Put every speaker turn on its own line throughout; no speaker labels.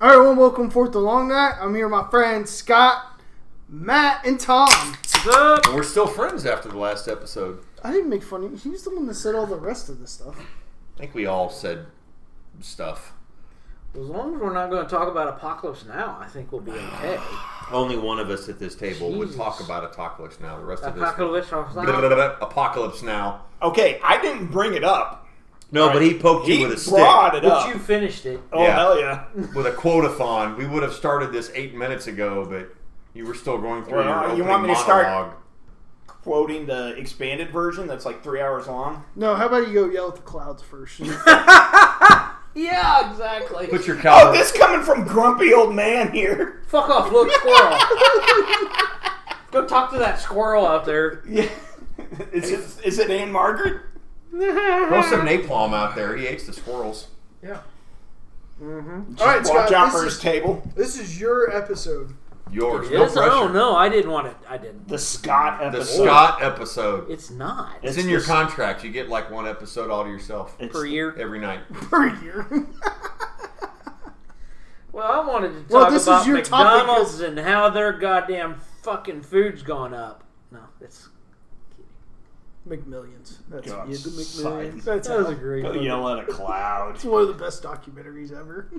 All right, everyone, welcome forth to Long Night. I'm here with my friends Scott, Matt, and Tom.
And we're still friends after the last episode.
I didn't make fun of you. He was the one that said all the rest of this stuff.
I think we all said stuff.
As long as we're not going to talk about Apocalypse Now, I think we'll be okay.
Only one of us at this table would talk
Jesus.
about Apocalypse Now. The rest of us.
Apocalypse Now.
Apocalypse Now.
Okay, I didn't bring it up.
No, but he poked
He
you with a stick.
brought it
But
up.
you finished it.
oh
Yeah.
hell yeah!
With a quotathon. We would have started this eight minutes ago, but you were still going through
Well,
your
you
opening
want me to start-
monologue.
Quoting the expanded version that's like three hours long.
No, how about you go yell at the clouds first?
Yeah, exactly.
Put your
Oh,
cowboy.
this coming from grumpy old man here.
Fuck off, little squirrel. Go talk to that squirrel out there.
Yeah, is it is it Anne Margaret?
Throw some napalm out there. He hates the squirrels.
Yeah. Mm-hmm.
all right,
Watch
Scott,
out
this
for his
is,
table.
this is your episode.
Yours. No
Yes, oh
pressure.
no, I didn't want to. I didn't.
The Scott
The
episode.
Scott episode.
It's not.
It's
It's
in your
the-
contract. You get like one episode all to yourself
It's
per
the-
year.
every night.
Per year.
Well, I wanted to talk
Well, this is
about
your topic,
McDonald's and how their goddamn fucking food's gone up. No, that's
McMillions. That's
God,
you, the
sigh.
McMillions. That's
that was a
how.
great
Go
one.
yell at a cloud.
It's one of the best documentaries ever.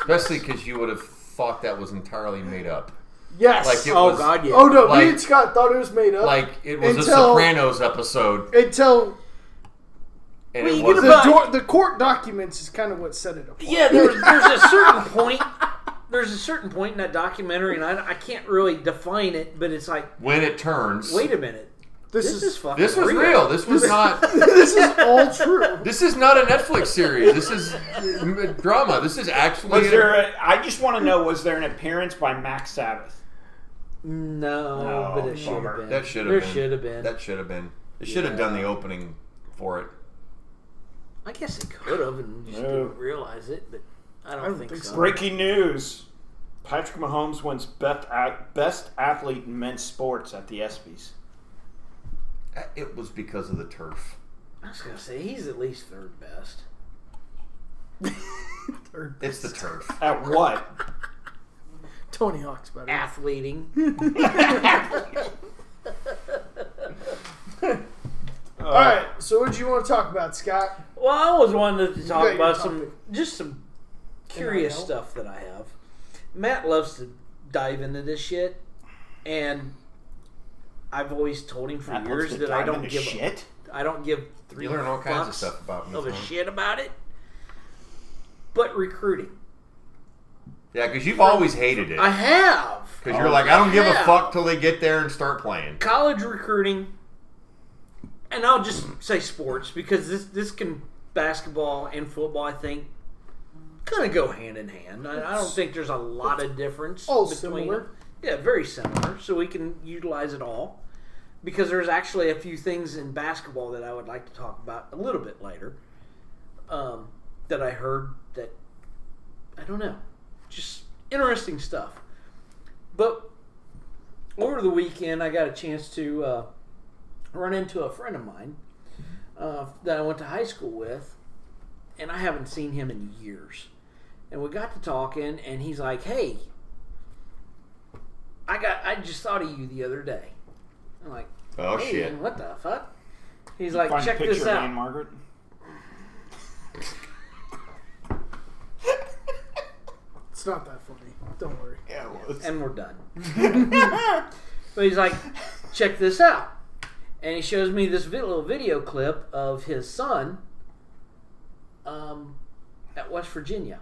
Especially because you would have thought that was entirely made up.
Yes.
Like it
Oh
was,
god, yeah.
oh no,
like-
me and Scott thought it was made up
like it was a
Until-
Sopranos episode,
until
and
Well,
it
you
wasn't.
get
the,
But-
door, the court documents is kind of what set it apart.
Yeah, there's, there's a certain point. There's a certain point in that documentary, and I, I can't really define it, but it's like,
when it turns.
wait a minute,
This,
this,
is,
is fucking.
this was real. This was not.
this is all true.
This is not a Netflix series. This is m- drama. This is actually.
Was there? A, I just want to know: was there an appearance by Max Sabbath?
No,
No,
but it should have
bummer.
been.
that should have
there
been.
should have been.
That should have been. They should have done the opening for it.
I guess it could have, and you just
No.
didn't realize it. But I don't,
I don't
think,
think
so.
so.
Breaking news: Patrick Mahomes wins best a- best athlete in men's sports at the ESPYS.
Uh, It was because of the turf.
I was gonna say he's at least third best.
Or
It's the turf.
At what?
Tony Hawk's better.
Athleting. Uh,
All right. So what do you want to talk about, Scott?
Well, I always wanted to
got
talk
your
about some
topic.
just some curious
NIL?
stuff that I have. Matt loves to dive into this shit, and I've always told him for
That
years
puts the
that I
time
don't
into
give I
shit.
I don't give three
You learn all kinds of
fucks
stuff about me.
of a
Tom.
shit about it. But recruiting,
Yeah, because you've always hated it.
I have
Because you're like, I don't give a
Yeah.
fuck till they get there and start playing.
college recruiting, and I'll just say sports because this this can basketball and football. I think kind of go hand in hand. I, I don't think there's a lot of difference.
all
between
similar.
them. Yeah, very similar. So we can utilize it all because there's actually a few things in basketball that I would like to talk about a little bit later. Um, that I heard that I don't know, just interesting stuff. But over the weekend, I got a chance to uh, run into a friend of mine uh, that I went to high school with, and I haven't seen him in years. And we got to talking, and he's like, "Hey, I got I just thought of you the other day." I'm like,
Oh
"Hey,
shit!
what the fuck?" He's like,
Find a
"Check
picture
this
of
out."
Anne Margaret.
It's not that funny. Don't worry.
Yeah,
and we're done. but he's like, check this out. And he shows me this vi- little video clip of his son um, at West Virginia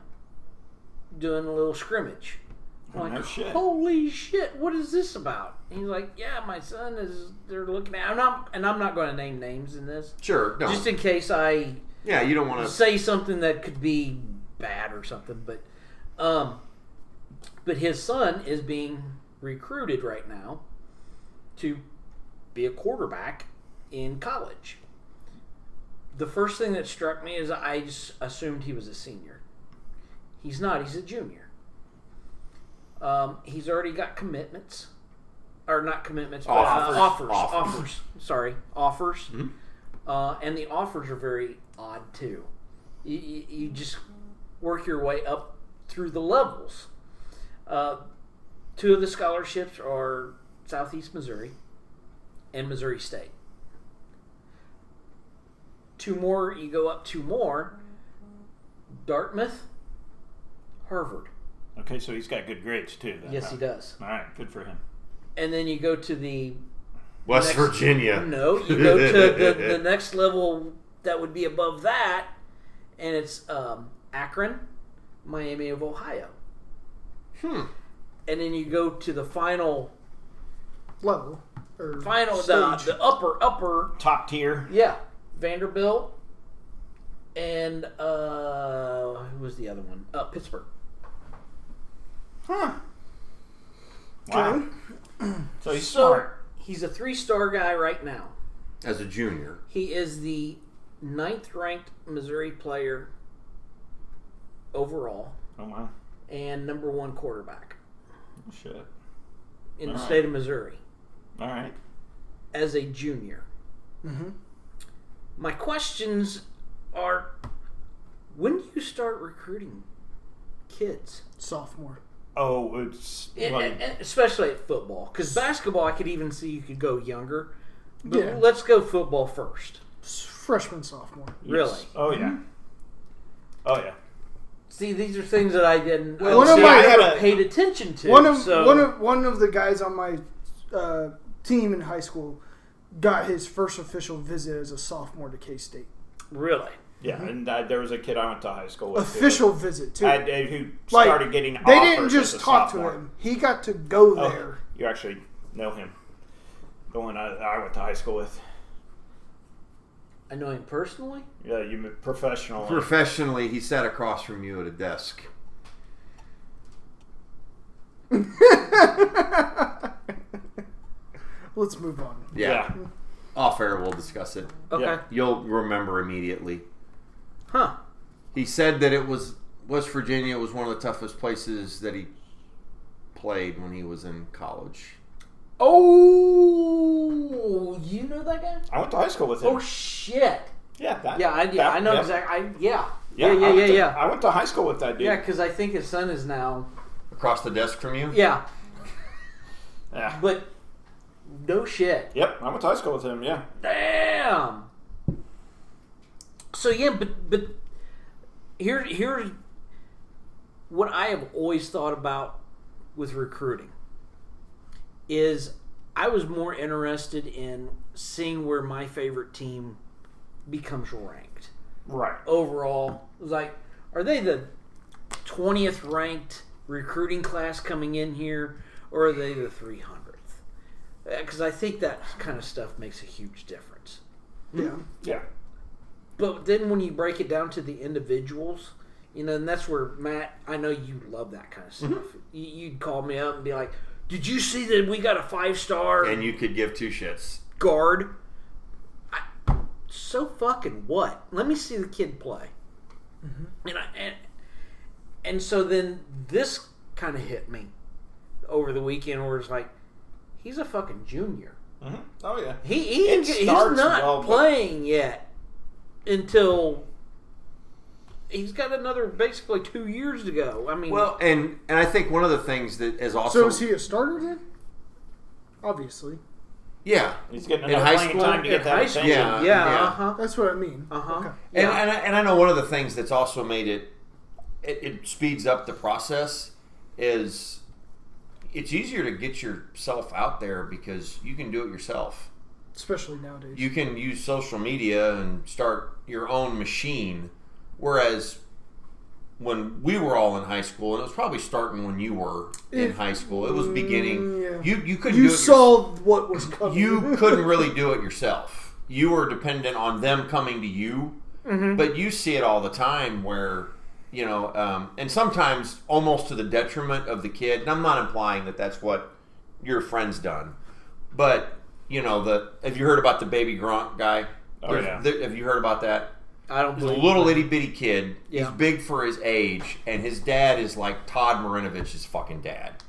doing a little scrimmage. I'm
Oh,
like,
no shit.
holy shit, what is this about? And he's like, yeah, my son is, they're looking at, and I'm, and I'm not going to name names in this,
Sure, no.
just in case I
yeah, you don't want to.
say something that could be bad or something, but um, but his son is being recruited right now to be a quarterback in college. The first thing that struck me is I just assumed he was a senior. He's not. He's a junior. Um, he's already got commitments, or not commitments, but
Offers.
uh, offers,
Offers.
offers. Sorry, offers. Uh, and the offers are very odd too. You, you, you just work your way up through the levels. Uh, two of the scholarships are Southeast Missouri and Missouri State. Two more, you go up two more Dartmouth, Harvard.
Okay, so he's got good grades too. Then,
Yes,
huh?
he does.
All right, good for him.
And then you go to the
West
Next-
Virginia.
No, you go to the, the next level that would be above that, and it's um, Akron, Miami of Ohio.
Hmm.
And then you go to the final,
Level. Or
final, the,
stage.
the upper, upper,
Top tier.
yeah, Vanderbilt, and uh, who was the other one? Uh, Pittsburgh.
Huh. Wow.
Okay.
So he's
So-
smart.
He's a three-star guy right now.
As a junior.
He is the ninth-ranked Missouri player overall.
Oh wow.
and number one quarterback
Shit.
in the
Alright.
state of Missouri
All right.
as a junior.
Mhm.
My questions are when do you start recruiting kids?
Sophomore.
Oh, it's
And-
well,
and- and especially at football. Because basketball, I could even see you could go younger. But
Yeah.
let's go football first.
S- Freshman, sophomore.
yes.
really. Mm-hmm.
Oh yeah. Oh yeah.
See, these are things that I didn't I
One of
see,
my-
I haven't paid attention to.
One of
so
one of one of the guys on my uh, team in high school got his first official visit as a sophomore to K State.
really.
Yeah,
Mm-hmm.
and uh, there was a kid I went to high school with. who-
Official visit too.
I, I- who
Like,
started getting.
they
offers
didn't
as
just
a
talk
sophomore.
to him. He got to go
Oh,
there.
you actually know him. The one I, I went to high school with.
I know him personally.
Yeah, you mean professional.
Professionally, he sat across from you at a desk.
Let's move on.
Yeah. Off air, we'll discuss it.
Okay.
Yeah.
You'll remember immediately.
Huh.
He said that it was West Virginia was one of the toughest places that he played when he was in college.
Oh, you know that guy?
I went to high school with him.
Oh shit!
yeah, that,
Yeah, I, yeah,
that-
I know
yeah.
exactly. I, yeah.
Yeah,
yeah, yeah,
I
yeah,
went to-
yeah.
I went to high school with that dude.
Yeah, because I think his son is now.
Across the desk from you?
Yeah,
Yeah.
but no shit.
Yep, I went to high school with him. Yeah.
Damn. So yeah, but but here here's what I have always thought about with recruiting is I was more interested in seeing where my favorite team becomes ranked.
Right.
overall like are they the 20th ranked recruiting class coming in here or are they the 300th because i think that kind of stuff makes a huge difference
Yeah.
Yeah.
but then when you break it down to the individuals you know and that's where matt i know you love that kind of
Mm-hmm.
stuff you, you'd call me up and be like did you see that we got a five star
And you could give two shits.
guard. I, so fucking what? Let me see the kid play.
Mm-hmm.
And, I, and and so then this kind of hit me over the weekend, where it's like, he's a fucking junior.
hmm Oh yeah.
He, he
It
ain't- he's not
starts well, but-
playing yet until he's got another basically two years to go. I mean,
Well, and and I think one of the things that is
So
also
is he a starter then? Obviously.
yeah,
He's getting
In
enough
high
playing
school?
time to
in
get that
high school,
attention.
yeah,
Yeah, yeah.
uh huh,
That's what I mean.
uh
Uh-huh.
huh,
Okay.
And, and, I, and I know one of the things that's also made it, it it speeds up the process is it's easier to get yourself out there because you can do it yourself.
Especially nowadays.
You can use social media and start your own machine. Whereas when we were all in high school, and it was probably starting when you were in
If-
high school, it was beginning.
Mm, yeah.
You you couldn't
You
do it yourself.
saw what was coming.
you couldn't really do it yourself. You were dependent on them coming to you, but you see it all the time where you know, um, and sometimes almost to the detriment of the kid. And I'm not implying that that's what your friend's done, but you know, the have you heard about the baby Gronk guy?
Oh,
There's-
yeah.
there- have you heard about that?
I don't
He's a
believe
little itty bitty kid.
Yeah.
He's big for his age, and his dad is like Todd Marinovich's fucking dad,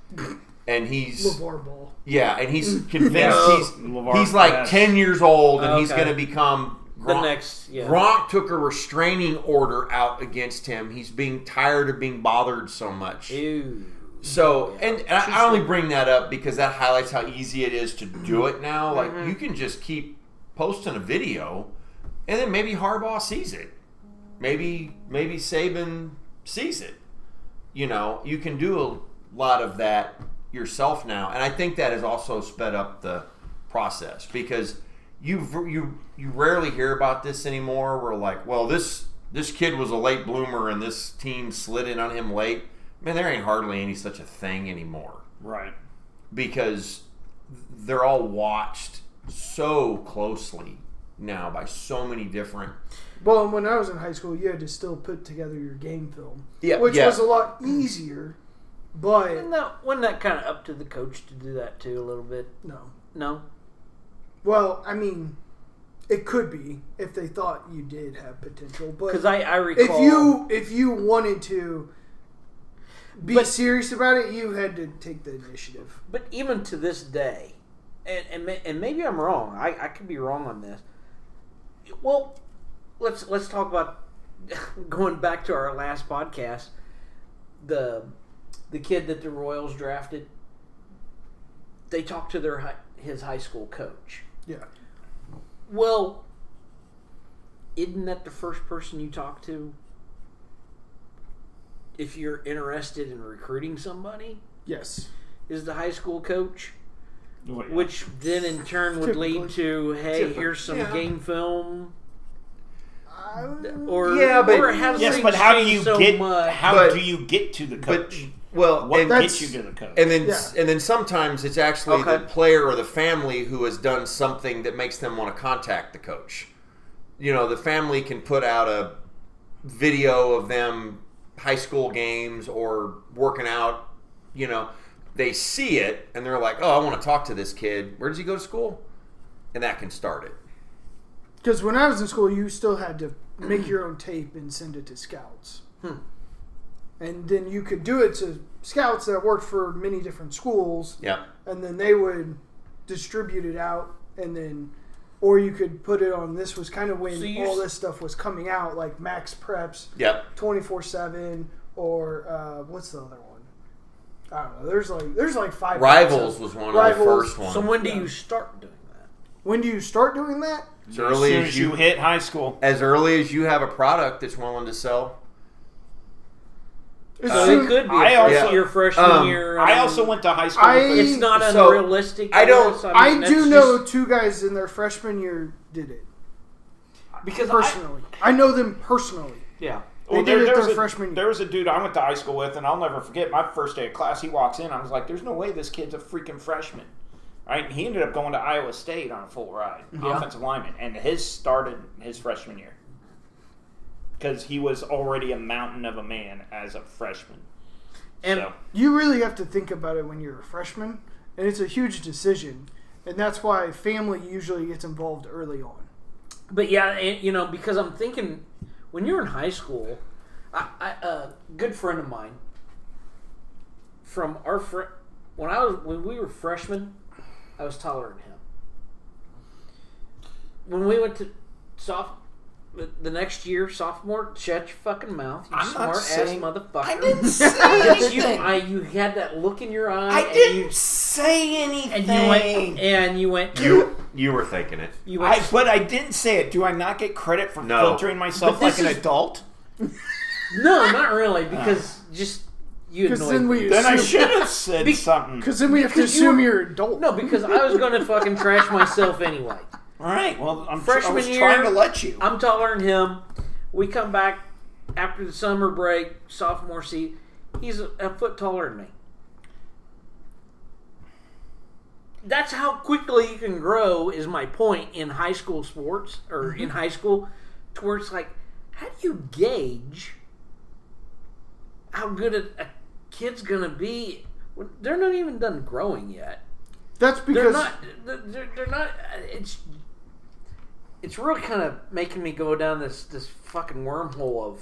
and he's
LeVar Ball.
yeah, and he's convinced
No.
he's
LeVar
he's like
Best.
ten years old, and he's
Okay.
going to become
the
Gronk-
next yeah
Gronk took a restraining order out against him. He's being tired of being bothered so much.
Ew.
So,
Yeah.
and, and I I only bring that up because that highlights how easy it is to do it now. Like, you can just keep posting a video, and then maybe Harbaugh sees it. Maybe, maybe Saban sees it. You know, you can do a lot of that yourself now, and I think that has also sped up the process because you you you rarely hear about this anymore. We're like, well, this this kid was a late bloomer, and this team slid in on him late. Man, there ain't hardly any such a thing anymore
Right.
because they're all watched so closely now by so many different.
Well, when I was in high school, you had to still put together your game film,
Yeah,
which
yeah.
was a lot easier. But
Wasn't that wasn't that kind of up to the coach to do that too a little bit?
no,
No,
well, I mean, it could be if they thought you did have potential, but
because I I recall
if you if you wanted to be
But-
serious about it, you had to take the initiative.
but even to this day, and and, ma- and maybe I'm wrong. I, I could be wrong on this. Well, let's let's talk about going back to our last podcast. The the kid that the Royals drafted, they talked to their hi- his high school coach.
Yeah,
Well, isn't that the first person you talk to if you're interested in recruiting somebody?
yes,
Is the high school coach?
Well, yeah.
Which then in turn would lead to, hey,
Typically.
here's some
Yeah.
game film,
I,
or
Yeah, but-
or has
yes,
things
but how do
changed
you
so
get
much?
how
But-
do you get to the
But
coach?
well,
what
and,
that's-
gets you to the coach?
and then
Yeah.
and then sometimes it's actually the
Okay.
player or the family who has done something that makes them want to contact the coach. You know, the family can put out a video of them high school games or working out. You know, they see it and they're like, "Oh, I want to talk to this kid. Where does he go to school?" And that can start it.
because when I was in school, you still had to make your own tape and send it to scouts,
Hmm.
and then you could do it to scouts that worked for many different schools.
Yeah.
and then they would distribute it out and then or you could put it on this was kind of when
So you
all
s-
this stuff was coming out like max preps
Yep.
24-7 or uh, what's the other one i don't know there's like there's like five
Rivals was one of the
Rivals.
first ones.
So when do you start doing that?
when do you start doing that
as
as
early
soon
as you,
hit high school,
as early as you have a product that's willing to sell.
As
Uh,
So
soon-
it could be
I
a first
also-
year freshman
um,
year.
I
um,
also went to high school.
I-
with
It's not
So,
unrealistic.
I don't-
guess.
i
mean,
do
that's
know
just-
two guys in their freshman year did it
because I,
personally i, know them personally
yeah.
they
Well,
did it
was
their
a,
freshman
There
year
was a dude I went to high school with, and I'll never forget my first day of class. He walks in, I was like, "There's no way this kid's a freaking freshman." Right? And he ended up going to Iowa State on a full ride,
Yeah.
offensive lineman, and his started his freshman year because he was already a mountain of a man as a freshman.
And
so,
you really have to think about it when you're a freshman, and it's a huge decision, and that's why family usually gets involved early on.
But yeah, and, you know, because I'm thinking when you're in high school, I, I, a good friend of mine from our fr- when I was when we were freshmen, I was taller than him. When we went to soph the- the next year, sophomore, shut your fucking mouth, you
I'm not
smart ass
saying-
motherfucker.
say
Yes, you, I, you had that look in your eye. and you,
say
and
anything.
you went and you went
You you were thinking it.
you went
I, but I didn't say it. Do I not get credit for
No.
filtering myself
But
like
this
an
is-
adult?
No, not really, because just you
Because
annoyed
then
me.
we
Then I
assume-
should have said
Be-
something.
Because then we have to
Because you
assume
were-
you're an adult.
No, because I was going to fucking trash myself anyway.
All right. Well, I'm
Freshman
I was
year-
trying to let you.
I'm taller than him. We come back after the summer break, sophomore seat. He's a, a foot taller than me. That's how quickly you can grow. Is my point in high school sports or in high school, towards like, how do you gauge how good a, a kid's gonna be? when They're not even done growing yet
that's
they're
because
not they're, they're not it's it's really kind of making me go down this this fucking wormhole of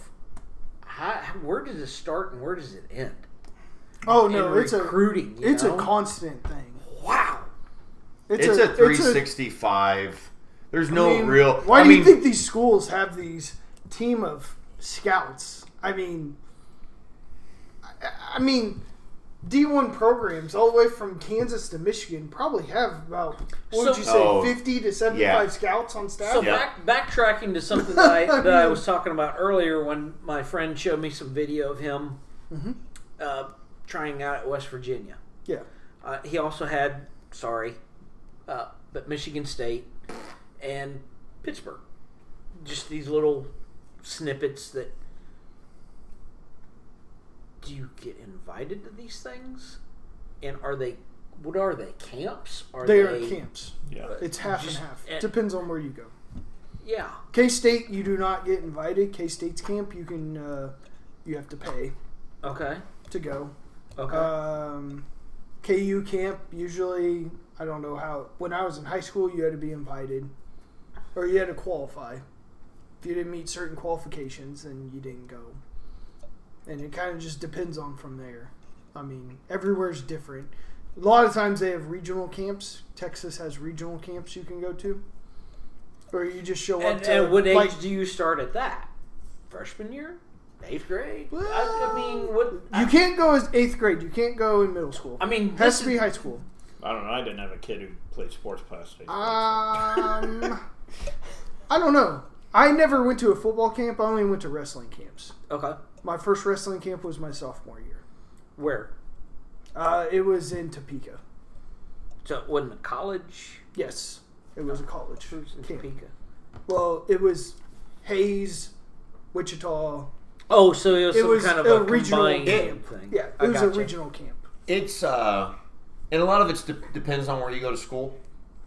how, where does it start and where does it end
oh no,
in
it's a
recruiting you
it's
know?
a constant thing.
wow
It's a 365 There's no
mean,
real.
Why
I
do
mean,
you think these schools have these team of scouts? I mean, I, I mean, D one programs all the way from Kansas to Michigan probably have about what would
So-
you say
Oh,
fifty to seventy five scouts on staff.
So
Yeah.
back, backtracking to something that I, that I was talking about earlier when my friend showed me some video of him uh, trying out at West Virginia.
Mm-hmm. yeah,
Uh, he also had, sorry, uh, but Michigan State and Pittsburgh. Just these little snippets that. Do you get invited to these things? And are they. What are they? Camps? Are
they are camps.
Yeah.
It's half
Just-
and half.
and-
Depends on where you go.
Yeah.
K State, you do not get invited. K State's camp, you can uh, you have to pay
Okay.
to go.
Okay.
Um, KU camp usually I don't know how. When I was in high school, you had to be invited, or you had to qualify. If you didn't meet certain qualifications, then you didn't go. And it kind of just depends on from there. I mean, everywhere's different. A lot of times they have regional camps. Texas has regional camps you can go to, or you just show up
and,
to
and what age
like,
do you start at that? Freshman year? Eighth grade? I, I mean, what?
You can't go as eighth grade. You can't go in middle school.
I mean,
has
this
to be
is-
high school.
I don't know. I didn't have a kid who played sports past eighth grade, so-
Um, I don't know. I never went to a football camp. I only went to wrestling camps.
Okay.
My first wrestling camp was my sophomore year.
Where?
Uh, it was in Topeka.
So it wasn't a college.
Yes, it was a college
It was in
camp.
Topeka.
Well, it was Hayes, Wichita.
Oh, so it was
It
some
was
kind of
a
a,
regional
combined
camp.
thing.
Yeah, it
I
was a
gotcha.
regional camp.
it's uh, and a lot of it de- depends on where you go to school.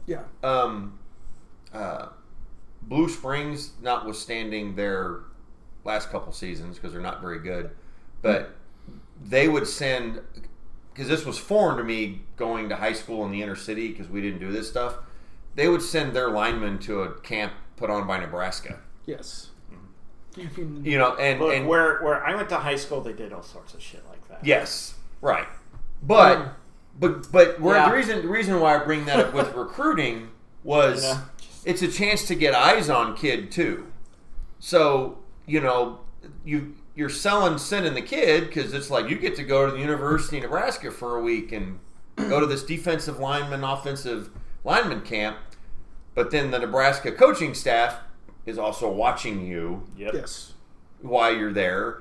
Yeah,
um, uh, Blue Springs, notwithstanding their last couple seasons because they're not very good, but they would send because this was foreign to me going to high school in the inner city because we didn't do this stuff. They would send their linemen to a camp put on by Nebraska,
yes. You can.
you know, and,
Look,
and
where where I went to high school, they did all sorts of shit like that.
Yes, right. But
Um,
but but where
yeah.
the reason the reason why I bring that up with recruiting was
You know.
it's a chance to get eyes on kid too. So you know you you're selling sending the kid because it's like you get to go to the University of Nebraska for a week and go to this defensive lineman offensive lineman camp, but then the Nebraska coaching staff is also watching you
Yep.
Yes.
why you're there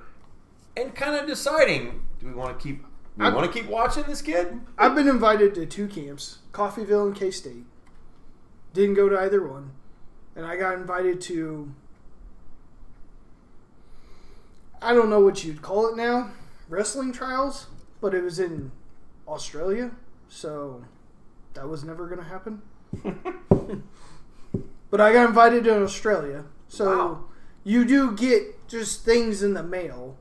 and kind of deciding do we want to keep do we
I'm-
want to keep watching this kid
I've been invited to two camps, Coffeeville and K State. Didn't go to either one. And I got invited to I don't know what you'd call it now, wrestling trials, but it was in Australia, so that was never going to happen. but I got invited to Australia. So
Wow.
you do get just things in the mail.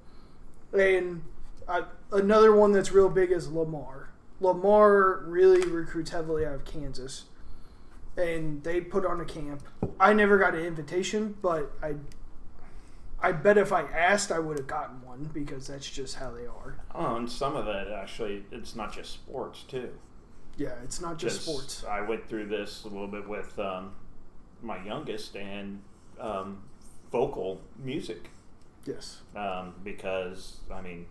And I, another one that's real big is Lamar. Lamar really recruits heavily out of Kansas, and they put on a camp. I never got an invitation, but I, I bet if I asked, I would have gotten one because that's just how they are.
Oh, and some of that actually, it's not just sports too.
Yeah, it's not just, sports.
I went through this a little bit with um, my youngest and um, vocal music
Yes,
um, because I mean,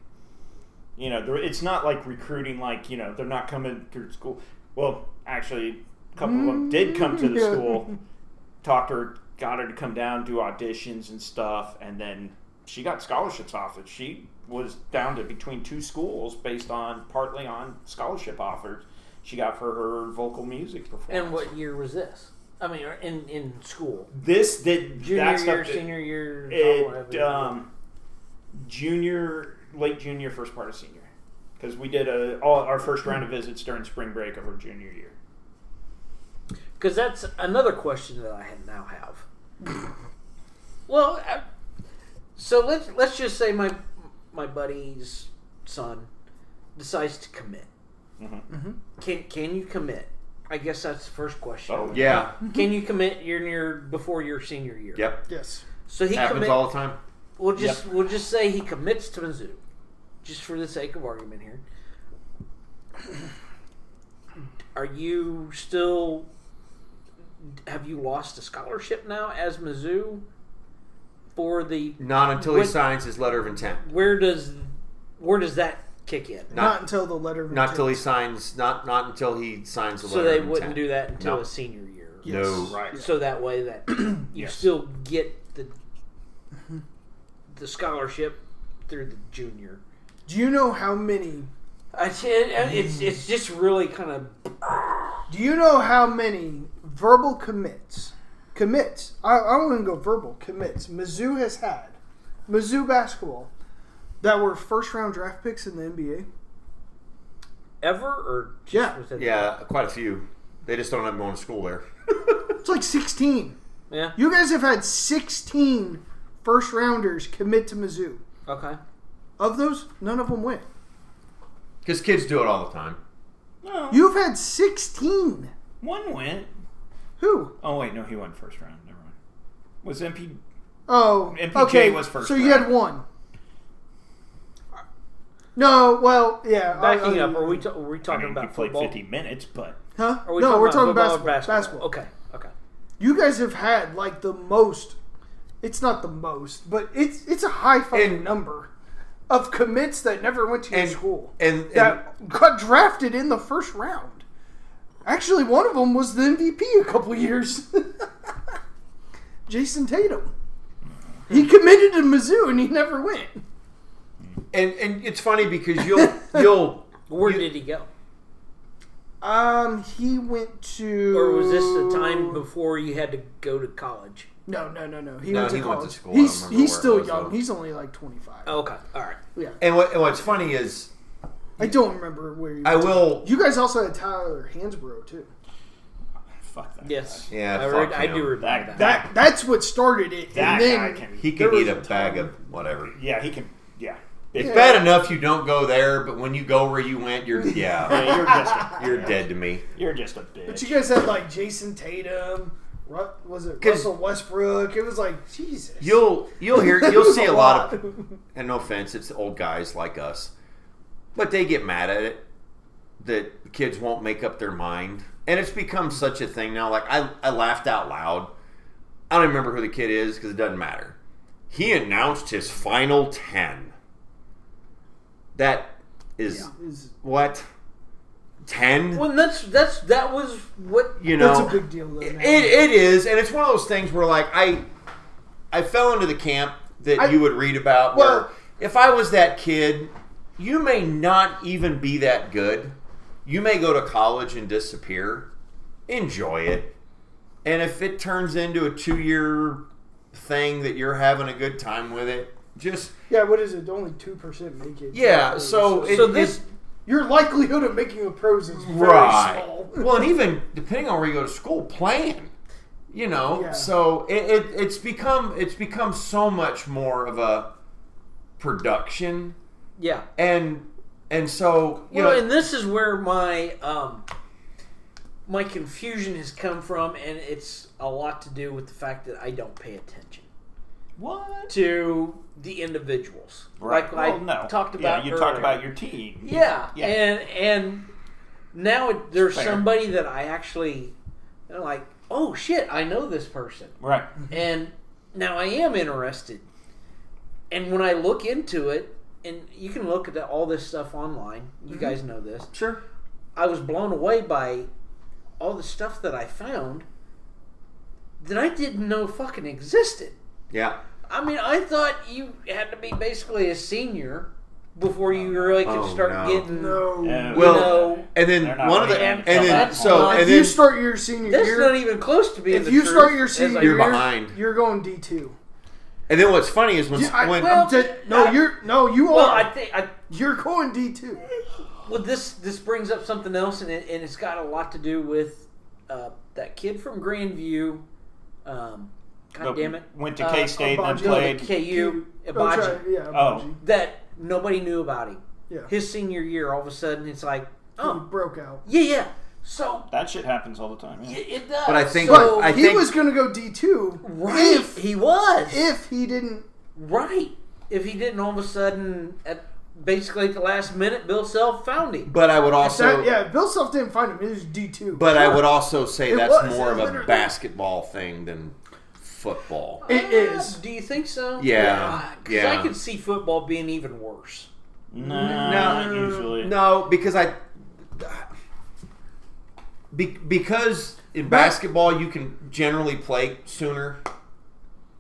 you know, there- it's not like recruiting. Like you know, they're not coming through school. Well, actually, a couple of them did come to the
Yeah.
school. Talked her, got her to come down, do auditions and stuff, and then she got scholarships offers. She was down to between two schools based on partly on scholarship offers she got for her vocal music performance.
And what year was this? I mean, or in in school,
this did
junior
that stuff
year,
did-
senior year,
it
whatever.
um, junior, late junior, first part of senior, because we did a all our first round of visits during spring break of our junior year.
Because that's another question that I had- now have. well, I, so let's let's just say my my buddy's son decides to commit.
Mhm.
Mm-hmm. Can can you commit? I guess that's the first question.
Oh,
yeah
Can you commit your near before your senior year?
yep
yes.
So he
happens
commit,
all the time
We'll just we'll just say he commits to Mizzou, just for the sake of argument here. Are you still have you lost a scholarship now as Mizzou for the
Not until he
When-
signs his letter of intent.
where does where does that kick in?
Not,
Not
until the letter of
not until he
intent.
signs not not until he signs the
So
letter
they
of
wouldn't
intent.
do that until
No.
a senior year.
No.
Right.
So that way that you
Yes.
still get the the scholarship through the junior.
Do you know how many?
I- It's it's just really kind of
Do you know how many verbal commits? Commits. I, I want to go verbal commits. Mizzou has had Mizzou basketball that were first round draft picks in the NBA.
ever or just
Yeah.
within-
Yeah, quite a few. They just don't have them going to school there.
It's like sixteen.
yeah
You guys have had 16 first rounders commit to Mizzou.
okay
Of those, none of them went.
Because kids do it all the time.
No.
You've had 16.
one went.
Who?
Oh wait, no, he went first round. Never mind. Was MP?
Oh,
MPJ
okay.
was first
So you had
round.
one. No, well, yeah.
backing
I- I-
up are we ta- are we
I
talking
mean, he
about
played
football?
fifty minutes, but
Huh?
Are we
no,
talking
we're
about
talking
football
basketball.
or
Basketball.
Okay, okay.
You guys have had like the most. It's not the most, but it's it's a high fucking
And-
number of commits that never went to your
And-
school.
And, and
that got drafted in the first round. Actually, one of them was the MVP a couple years. Jason Tatum. He
Hmm.
committed to Mizzou and he never went.
and and it's funny because you'll you'll
Where
you-
did he go?
Um, he went to.
Or was this the time before you had to go to college?
No, no, no, no. He
No,
went to
he went
college.
to school. I don't
He's
remember
he's
where it
still
was,
young.
though. Oh.
He's only like twenty five.
Okay, all right.
Yeah,
and what, and what's funny is
I don't remember where. He
I
went to.
will
You guys also had Tyler Hansborough too.
fuck that.
Yes.
Yeah,
I,
fuck
re- I
him.
do remember
guy.
that.
That that
That's what started it. and
that
then
guy can.
he
there
can eat
was
a bag of whatever.
Yeah, he can. Yeah.
It's
If
bad enough you don't go there, but when you go where you went, you're yeah,
Yeah, you're just a,
you're
yeah,
dead to me.
You're just a
But
bitch.
you guys had like Jason Tatum, Ru- was it
'Cause-
Russell Westbrook? It was like Jesus.
You'll you'll hear
It
you'll
was
see a lot of and no offense, it's old guys like us, but they get mad at it that the kids won't make up their mind, and it's become such a thing now. Like I, I laughed out loud. I don't even remember who the kid is because it doesn't matter. He announced his final ten. That is
Yeah, it's-
what ten.
Well, that's that's that was what
you know,
that's a big deal. Though,
It,
now.
it is, and it's one of those things where like I, I fell into the camp that
I-
you would read about.
Well-
where if I was that kid, you may not even be that good. You may go to college and disappear. Enjoy it, and if it turns into a two-year thing that you're having a good time with it, just
yeah, what is it? Only two percent make it.
yeah. So it-
So
it-
this-
your likelihood of making a pros is very
right.
small.
well, and even depending on where you go to school, plan. You know,
Yeah.
so it, it, it's become it's become so much more of a production,
yeah.
and and so you
well,
know,
and this is where my um my confusion has come from, and it's a lot to do with the fact that I don't pay attention
What?
to the individuals. Like I
Well, no.
talked
Yeah,
about.
you
earlier.
talked about your team.
Yeah,
Yeah.
and and now it, there's
Fair.
somebody that I actually they're like, oh shit, I know this person,
Right.
and now I am interested. And when I look into it, and you can look at the- all this stuff online, you
Mm-hmm.
guys know this.
sure,
I was blown away by all the stuff that I found that I didn't know fucking existed.
yeah,
I mean, I thought you had to be basically a senior before you really could
Oh,
start
no.
getting
No.
Yeah.
Well-
you know,
and then
They're not
one of the
ready
and
to come
then
back.
so
If
and
if
then
you start your senior
that's
year,
not even close to being.
if
the
you
truth,
start your
as
senior
I-
You're
year,
behind.
you're going D two.
and then what's funny is when
Yeah, I-
when
well-
D- no, you're no, you
well,
are.
I think I
you're going D two.
well this this brings up something else, and it, and it's got a lot to do with uh, that kid from Grandview. Um, God
But
damn it,
Went to
Uh,
K State and
Obagi.
then played.
KU
Oh,
Ibaji.
sorry, yeah,
Oh.
Abaji.
that nobody knew about him.
yeah.
His senior year, all of a sudden, it's like,
he
oh
broke out.
yeah, yeah. So
That shit happens all the time.
it,
Yeah.
it does.
But I think-
so,
But
I
he
think-
was going to go D two
right.
if
he was
if he didn't.
right. If he didn't all of a sudden at basically at the last minute, Bill Self found him.
But I would
It's
also
not- yeah, Bill Self didn't find him. It was D two.
But I would also say
It
that's
was,
more of a
literally.
basketball thing than football.
It
Ah,
is.
Do you think so?
Yeah,
Because
yeah.
I could see football being even worse.
Nah,
No.
not usually.
No, because I. Be, because in basketball you can generally play sooner.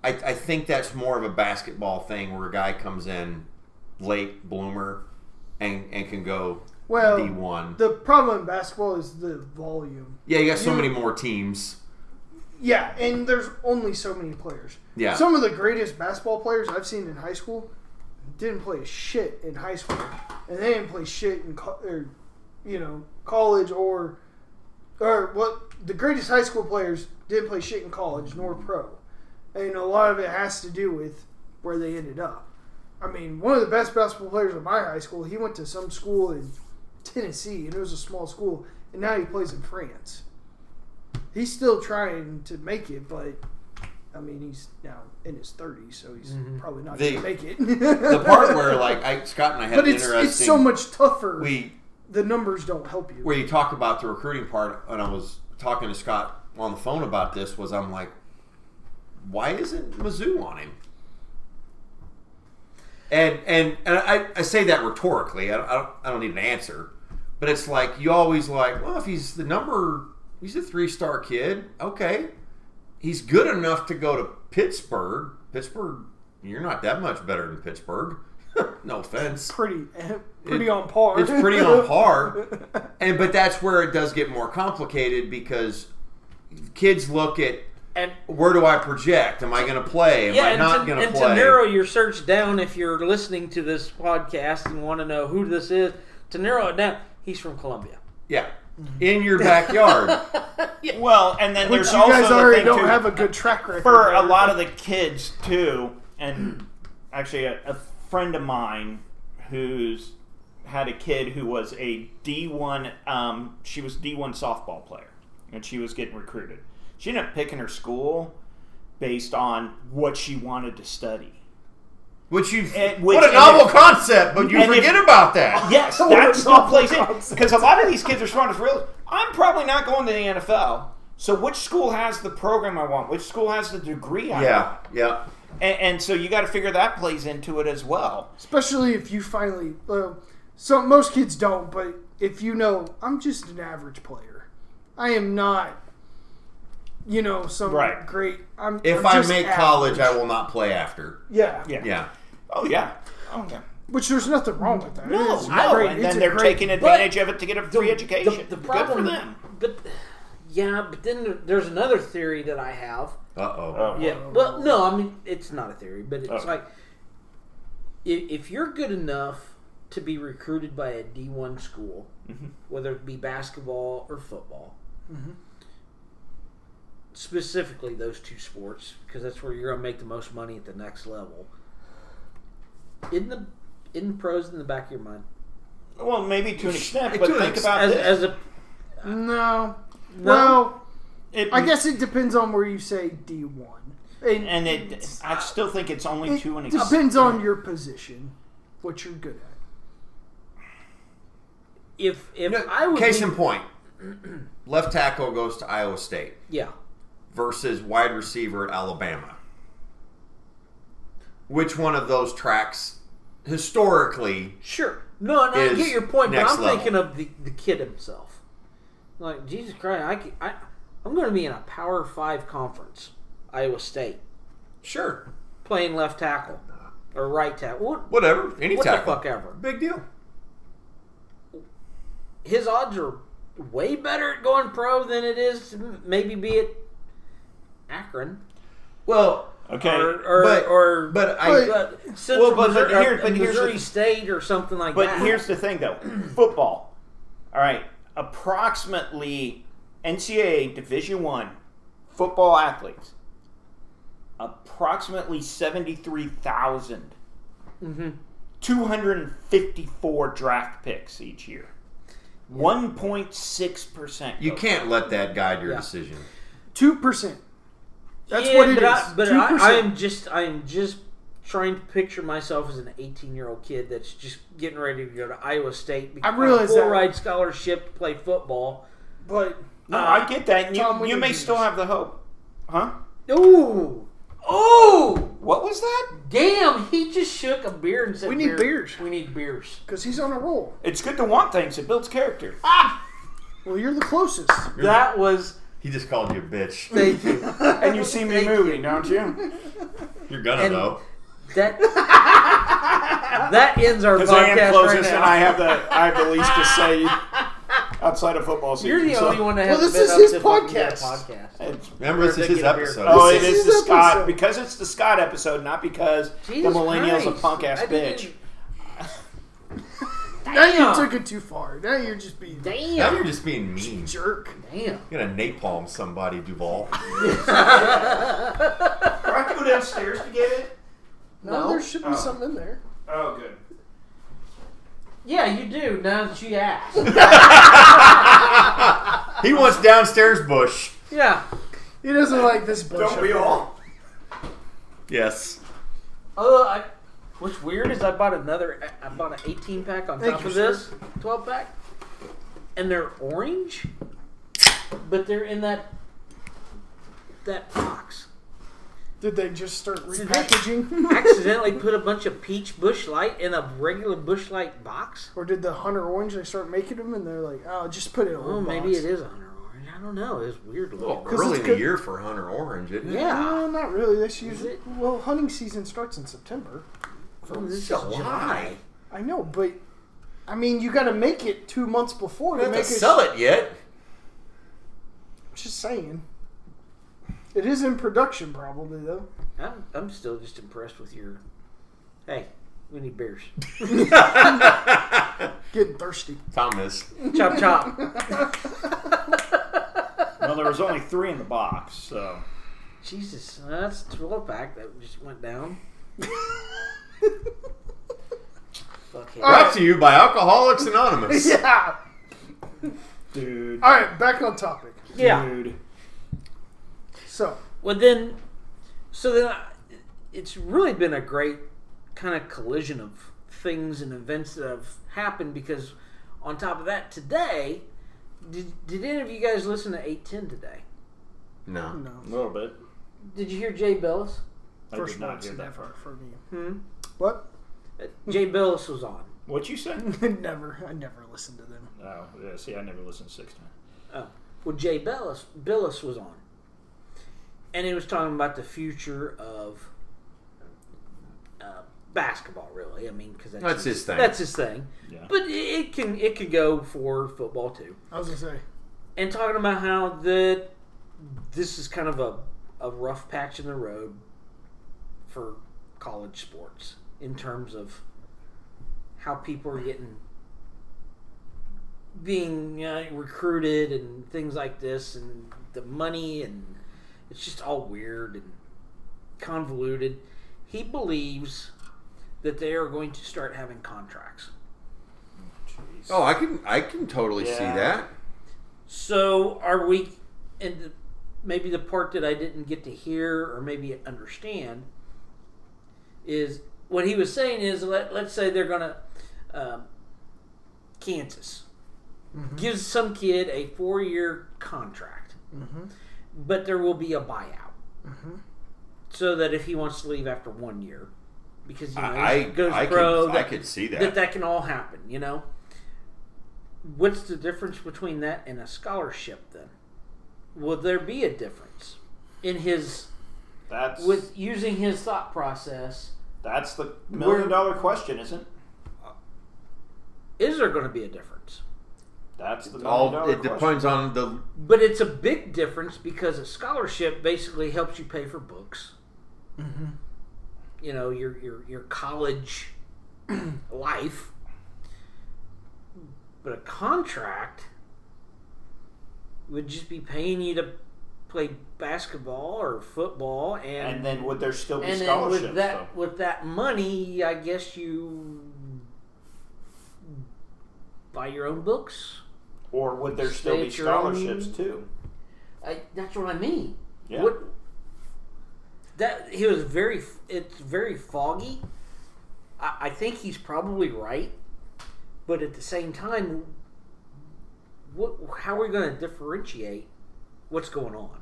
I, I think that's more of a basketball thing where a guy comes in late bloomer and, and can go
well,
D one.
the problem in basketball is the volume.
Yeah, you got so
you-
many more teams.
Yeah, and there's only so many players.
Yeah.
Some of the greatest basketball players I've seen in high school didn't play shit in high school, and they didn't play shit in co- or, you know college or or what the greatest high school players didn't play shit in college nor pro, and a lot of it has to do with where they ended up. I mean, one of the best basketball players at my high school, he went to some school in Tennessee, and it was a small school, and now he plays in France. He's still trying to make it, but I mean, he's now in his 30s, so he's
Mhm.
probably not
The-
going to make it.
The part where like I, Scott and I had
but
an
it's
interesting
it's so much tougher.
we
the numbers don't help you.
where you talk about the recruiting part, and I was talking to Scott on the phone about this, was I'm like, why isn't Mizzou on him? And and and I, I say that rhetorically. I, don't- I don't I don't need an answer, but it's like you always like, well, if he's the number, he's a three star kid. Okay, he's good enough to go to Pittsburgh. Pittsburgh, you're not that much better than Pittsburgh. no offense.
pretty pretty
It-
on par.
It's pretty on par. And but that's where it does get more complicated because kids look at
And
where do I project? Am I going to play? Am
yeah,
I
and,
not
to,
going to
and
play?
to narrow your search down, if you're listening to this podcast and want to know who this is, to narrow it down, he's from Colombia.
yeah, in your backyard.
Well, and then
Which
there's
you
also
guys
the
already
thing,
don't
too,
have a good track record.
for a
there.
lot of the kids too, and actually a, a friend of mine who's had a kid who was a D1. Um, she was D1 softball player, and she was getting recruited. She ended up picking her school based on what she wanted to study.
Which you
And- which-
what a
and
novel
if-
concept, but you
and if-
forget about that.
Yes,
Or
that's
not
what plays in
concept.
because a lot of these kids are smart as real. I'm probably not going to the NFL. So which school has the program I want? Which school has the degree I want?
Yeah, yeah.
And, and so you got to figure that plays into it as well.
especially if you finally. Uh, so most kids don't, but if you know, I'm just an average player. I am not, you know, some
Right.
great. I'm.
If
I'm
I
just
make
average.
college, I will not play after.
Yeah.
Yeah.
Yeah,
Oh yeah. Oh yeah.
Which there's nothing wrong with that.
No,
it's
no.
great.
And
it's
then
a
they're
great,
taking
But
advantage of it to get a free education.
The, the problem,
Good for them.
but yeah, but then there- there's another theory that I have.
uh oh.
Yeah. Well, no, I mean it's not a theory, but it's
Um, Okay.
like if, if you're good enough to be recruited by a D1 school,
Mm-hmm.
whether it be basketball or football, specifically those two sports, because that's where you're going to make the most money at the next level. In the in pros in the back of your mind,
Well, maybe to an extent,
To
but
an
think
ex-
about
as,
this.
as a
No. Well,
It-
I guess it depends on where you say D one.
and it. I still think it's only
It
to an extent.
depends on your position, what you're good at.
if if
No,
I would
Case
be-
in point, left tackle goes to Iowa State
yeah.
versus wide receiver at Alabama. Which one of those tracks historically?
Sure. No, and I
is
get your point, but
next
I'm
level.
thinking of the, the kid himself. Like Jesus Christ, I, can, I I'm going to be in a Power Five conference, Iowa State,
Sure.
playing left tackle or right tackle. What,
Whatever. Any
what the
tackle.
fuck ever?
Big deal.
His odds are way better at going pro than it is to m- maybe be at Akron
Well,
Okay.
or or,
but-
or
but I.
But-
but Central
Well, but
Missouri,
here-
uh,
but here's the-
Missouri State or something like
But
that.
here's the thing, though. Football. All right. Approximately NCAA Division One football athletes. Approximately seventy-three thousand
Mm-hmm.
Mhm.
254 draft picks each year. 1.6%.
you
vote.
can't let that guide your
Yeah.
decision.
Two percent. That's
Yeah,
what it
but I,
is.
but I, I
2%.
am just I am just trying to picture myself as an 18 year old kid that's just getting ready to go to Iowa State
I
because
realize
full
that.
ride scholarship to play football.
But
No,
Uh,
I get that. and You,
Tom, what
you
do
may
you
still
use?
have the hope. Huh?
Ooh, oh,
What was that?
damn! He just shook a beer and said,
We need
"Beer."
beers.
We need beers."
because he's on a roll.
It's good to want things. It builds character.
Well, you're the closest.
That was
He just called you a bitch.
thank you.
And you see me
Thank you.
moving, don't you?
You're gonna
And-
though.
That that ends our
Because I am
podcast right
closest, and I
now.
have the I have the least to say outside of football season.
You're the
so-
only one that
Well,
has
this is his podcast.
podcast.
It's-
Remember, this
They're
is his
making a beer.
episode.
oh,
This
it
is
is the
his
Scott
episode.
because it's the Scott episode, not because
Jesus
the millennial's a
Christ.
punk ass
I didn't-
bitch.
Now you
Damn.
took it too far. Now you're just being a
now you're
Damn.
just being mean.
jerk.
Damn.
You're gonna napalm somebody, Duval.
Do I have to go downstairs to get it?
No,
No.
there should be
Oh.
some in there.
Oh, good.
Yeah, you do. Now that you ask.
he wants downstairs Bush.
yeah.
He doesn't like this bullshit.
all?
Yes.
Oh, I, what's weird is I bought another. I bought an 18 pack on
Thank
top
you,
of this 12 pack, and they're orange, but they're in that that box.
Did they just start
Did they-
repackaging?
Accidentally put a bunch of peach bush light in a regular bush light box.
or did the Hunter Orange, they start making them and they're like, oh, just put it in a
Oh,
box.
maybe it is on her orange. I don't know. It's weird
A little
looking.
it's
early in the
good-
year for Hunter Orange, isn't it?
Yeah.
No, not really. That's usually.
it?
Well, hunting season starts in September.
Oh, this is
July.
July.
I know, but. I mean, you got to make it two months before
We
to
haven't
make it.
sell it yet.
Just saying. It is in production, probably, though.
I'm, I'm still just impressed with your. Hey, we need beers.
Getting thirsty.
Thomas.
chop chop.
Well, there was only three in the box, so
Jesus, that's a 12 pack that just went down. Fuck it.
Brought to you by Alcoholics Anonymous.
yeah!
dude,
All right, back on topic.
yeah.
dude.
So,
Well, then, so then I, it's really been a great kind of collision of things and events that have happened because on top of that, today, did, did any of you guys listen to 810 today?
No.
no.
A little bit.
Did you hear Jay Billis?
I
First
did not
once
hear that.
never for me.
Hmm?
What?
Uh, Jay Billis was on.
What you said?
never. I never listened to them.
Oh, yeah, see, I never listened to six times.
Oh, well, Jay Billis, Billis was on, and it was talking about the future of uh, basketball. Really, I mean, because that's,
That's his thing.
That's his thing.
Yeah.
But it- it can it could go for football too.
I was gonna say.
And talking about how that this is kind of a a rough patch in the road for college sports in terms of how people are getting being uh, recruited and things like this and the money and it's just all weird and convoluted he believes that they are going to start having contracts
Jeez.
Oh, I can I can totally see
Yeah.
that.
so are we and the, maybe the part that i didn't get to hear or maybe understand is what he was saying is let, let's say they're gonna um, kansas gives some kid a four-year contract
mm-hmm.
but there will be a buyout
Mm-hmm.
so that if he wants to leave after one year because you know,
I
he goes
I, I,
pro
could, I
that-
could see
that
that.
that can all happen, you know? What's the difference between that and a scholarship then? Will there be a difference in his
That's
with using his thought process?
that's the million dollar question, isn't it?
Is there going to be a difference?
That's the million
All
dollar
it
question.
depends on the
But it's a big difference because a scholarship basically helps you pay for books.
Mm-hmm.
You know, your your your college life. But a contract would just be paying you to play basketball or football and
And then would there still be
and then
scholarships?
with that
though?
with that money, I guess you buy your own books.
or would there still
stay
be
at your own-
scholarships too?
I, that's what I mean.
Yeah.
What that he was very. It's very foggy. I, I think he's probably right, but at the same time, what? How are we going to differentiate what's going on?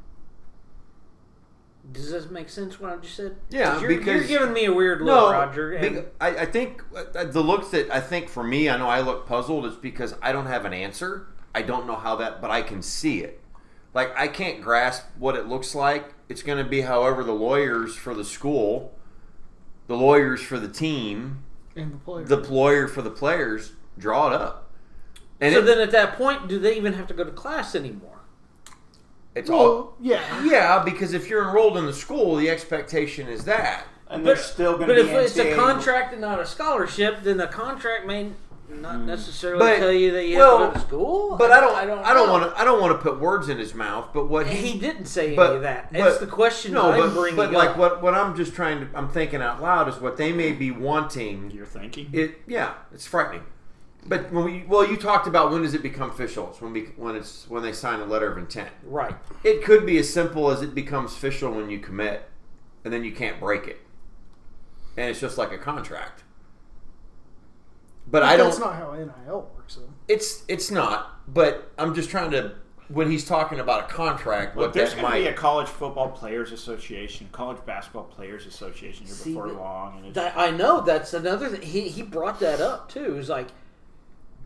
Does this make sense? What I just said?
Yeah,
you're, you're
because-
giving me a weird look,
No,
Roger.
be-
And,
I, I think uh, the look that I think for me, I know I look puzzled is because I don't have an answer. I don't know how that, but I can see it. Like I can't grasp what it looks like. It's going to be, however, the lawyers for the school, the lawyers for the team,
And the player.
the lawyer for the players draw it up. And
so
it-
then, at that point, do they even have to go to class anymore?
it's all
well, Oh, yeah.
yeah, because if you're enrolled in the school, the expectation is that.
and they're still going
But
to be
if it's a
NCAA
contract and not a scholarship, then the contract may not necessarily
Hmm. But-
tell you that you
well,
have to go to school.
But I don't. I don't. I don't
know.
want to. I don't want to put words in his mouth. But what
He didn't say any
But-
of that.
but-
it's the question
No,
I'm
but,
bringing
but like
up.
what what I'm just trying to I'm thinking out loud is what they may be wanting.
You're thinking.
It yeah, it's frightening. But when we well, you talked about when does it become official? It's when we, when it's when they sign a letter of intent.
right.
It could be as simple as it becomes official when you commit, and then you can't break it, and it's just like a contract. But I don't.
That's not how NIL works, though.
it's it's not. But I'm just trying to when he's talking about a contract,
Look,
what
there's
that
going to
might.
be a college football players association, college basketball players association here
See,
before
but-
long, and it's,
That, I know that's another thing. He, he brought that up too. He's like,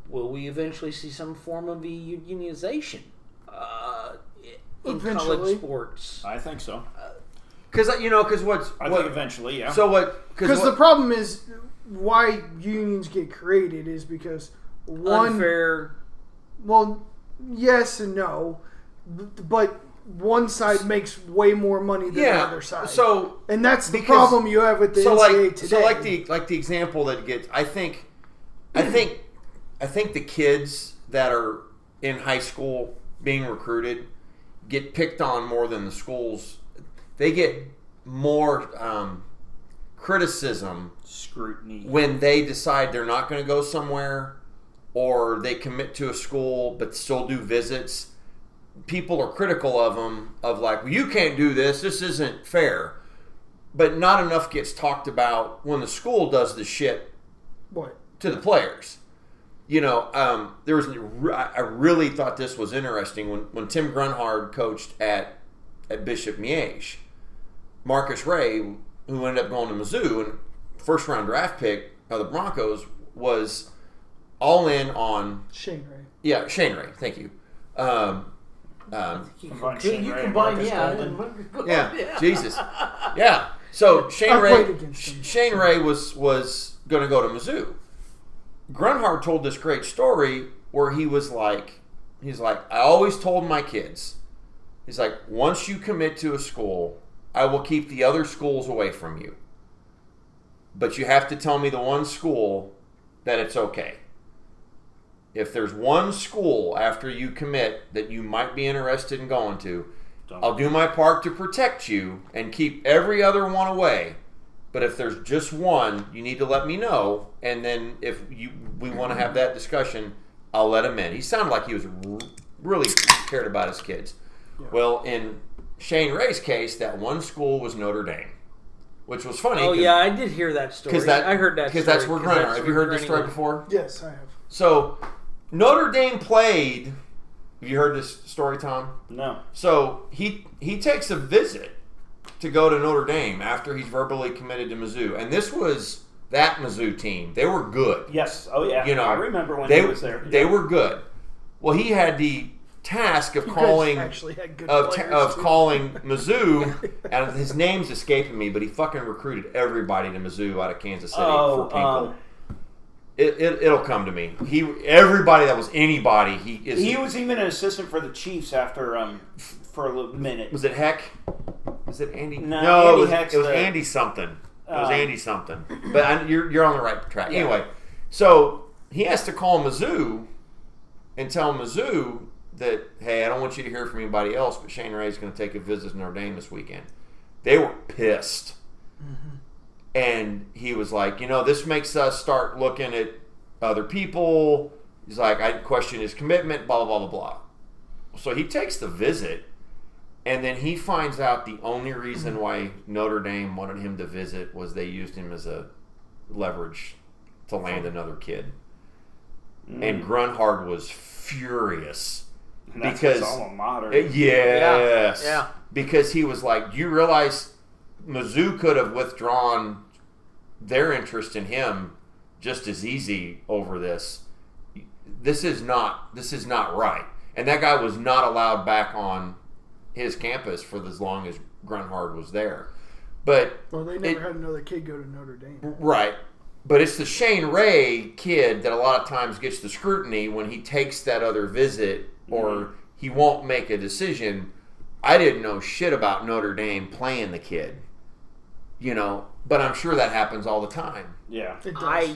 will we eventually see some form of a unionization uh, in
Eventually.
college sports?
I think so.
Because you know, because what's
I
what-
think eventually, yeah.
so what?
Because
what-
the problem is why unions get created is because one.
Unfair.
Well, yes and no, b- but one side makes way more money than the other side.
So
and that's the
because-
problem you have with the
so
NCAA
like
today.
so like the like the example that gets I think I think I think the kids that are in high school being recruited get picked on more than the schools. They get more um, criticism
Scrutiny.
when they decide they're not going to go somewhere or they commit to a school but still do visits people are critical of them of like well, you can't do this this isn't fair but not enough gets talked about when the school does the shit
what?
to the players you know um, there was i I really thought this was interesting when, when tim grunhard coached at, at bishop miege Marcus Ray, who ended up going to Mizzou and first round draft pick of the Broncos, was all in on
Shane Ray.
yeah Shane Ray. Thank you. Um, um,
You
Combine
combine,
Shane
you
Ray and
combine
Marcus
yeah,
Golden.
and Marcus Golden,
yeah, Jesus, yeah. So Shane
I
Ray,
played against him.
Shane Ray was was going to go to Mizzou. Grunhard told this great story where he was like, he's like, I always told my kids, he's like, once you commit to a school, I will keep the other schools away from you. But you have to tell me the one school that it's okay. If there's one school after you commit that you might be interested in going to,
Don't-
I'll do my part to protect you and keep every other one away. But if there's just one, you need to let me know, and then if you we want to have that discussion, I'll let him in. He sounded like he was r- really cared about his kids. Well, in Shane Ray's case, that one school was Notre Dame, which was funny.
Oh yeah, I did hear that story.
because that
I heard that
because
story,
that's where
'cause
Grunner.
that's
Have
where
you heard
Grinning
this story
went.
before?
Yes, I have.
So Notre Dame played. Have you heard this story, Tom?
no.
So he he takes a visit to go to Notre Dame after he's verbally committed to Mizzou, and this was that Mizzou team. They were good.
Yes. Oh yeah.
You know,
I remember when
they
he was there.
They were good. Well, he had the task of
You guys
calling
actually had good
of,
players,
of
too.
calling Mizzou, and his name's escaping me, but he fucking recruited everybody to Mizzou out of Kansas City for
Oh,
people.
um,
it, it, it'll come to me. He everybody that was anybody. He is
he was even an assistant for the Chiefs after um for a little minute.
Was it Heck? Was it Andy?
No,
it
Andy
was,
Heck's
it was
the-
Andy something. It was
Um,
Andy something. But I, you're you're on the right track.
Yeah.
Anyway, so he has to call Mizzou and tell Mizzou that hey, I don't want you to hear from anybody else, but Shane Ray's going to take a visit to Notre Dame this weekend. They were pissed,
Mm-hmm.
and he was like, you know, this makes us start looking at other people. He's like, I question his commitment, blah blah blah blah blah. So he takes the visit And then he finds out the only reason why Notre Dame wanted him to visit was they used him as a leverage to land another kid. And Grunhard was furious.
And Mm, that's
Because-
his alma mater.
Eh, Yes.
Yeah.
Because he was like, you realize Mizzou could have withdrawn their interest in him just as easy over this. This is not this is not right. And that guy was not allowed back on his campus for as long as Grunhard was there. But
Well, they never
It-
had another kid go to Notre Dame.
Right. But it's the Shane Ray kid that a lot of times gets the scrutiny when he takes that other visit or he won't make a decision. I didn't know shit about Notre Dame playing the kid. You know, but I'm sure that happens all the time.
Yeah.
It does.
I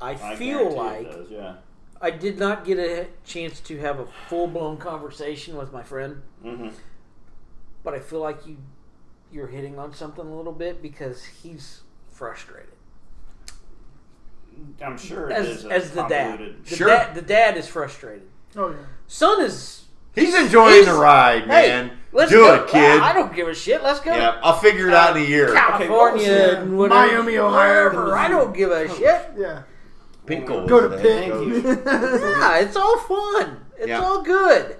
I
I
feel
guarantee it
like
does, yeah.
I did not get a chance to have a full blown conversation with my friend,
Mm-hmm.
but I feel like you you're hitting on something a little bit because he's frustrated.
I'm sure it is
As as the dad. The
Sure.
dad the dad is frustrated.
oh yeah.
Son is
He's enjoying
He's-
the ride,
hey,
man.
let's
Do
go.
it, kid.
Ah, I don't give a shit. Let's go.
yeah, I'll figure it out in a year.
Okay, what was
California
that?
and whatever.
Miami, Ohio,
Wherever. I don't give a shit.
Yeah.
Pinkle
Go
was
to
the head coach.
Pitt.
Yeah, it's all fun. It's
Yeah.
all good.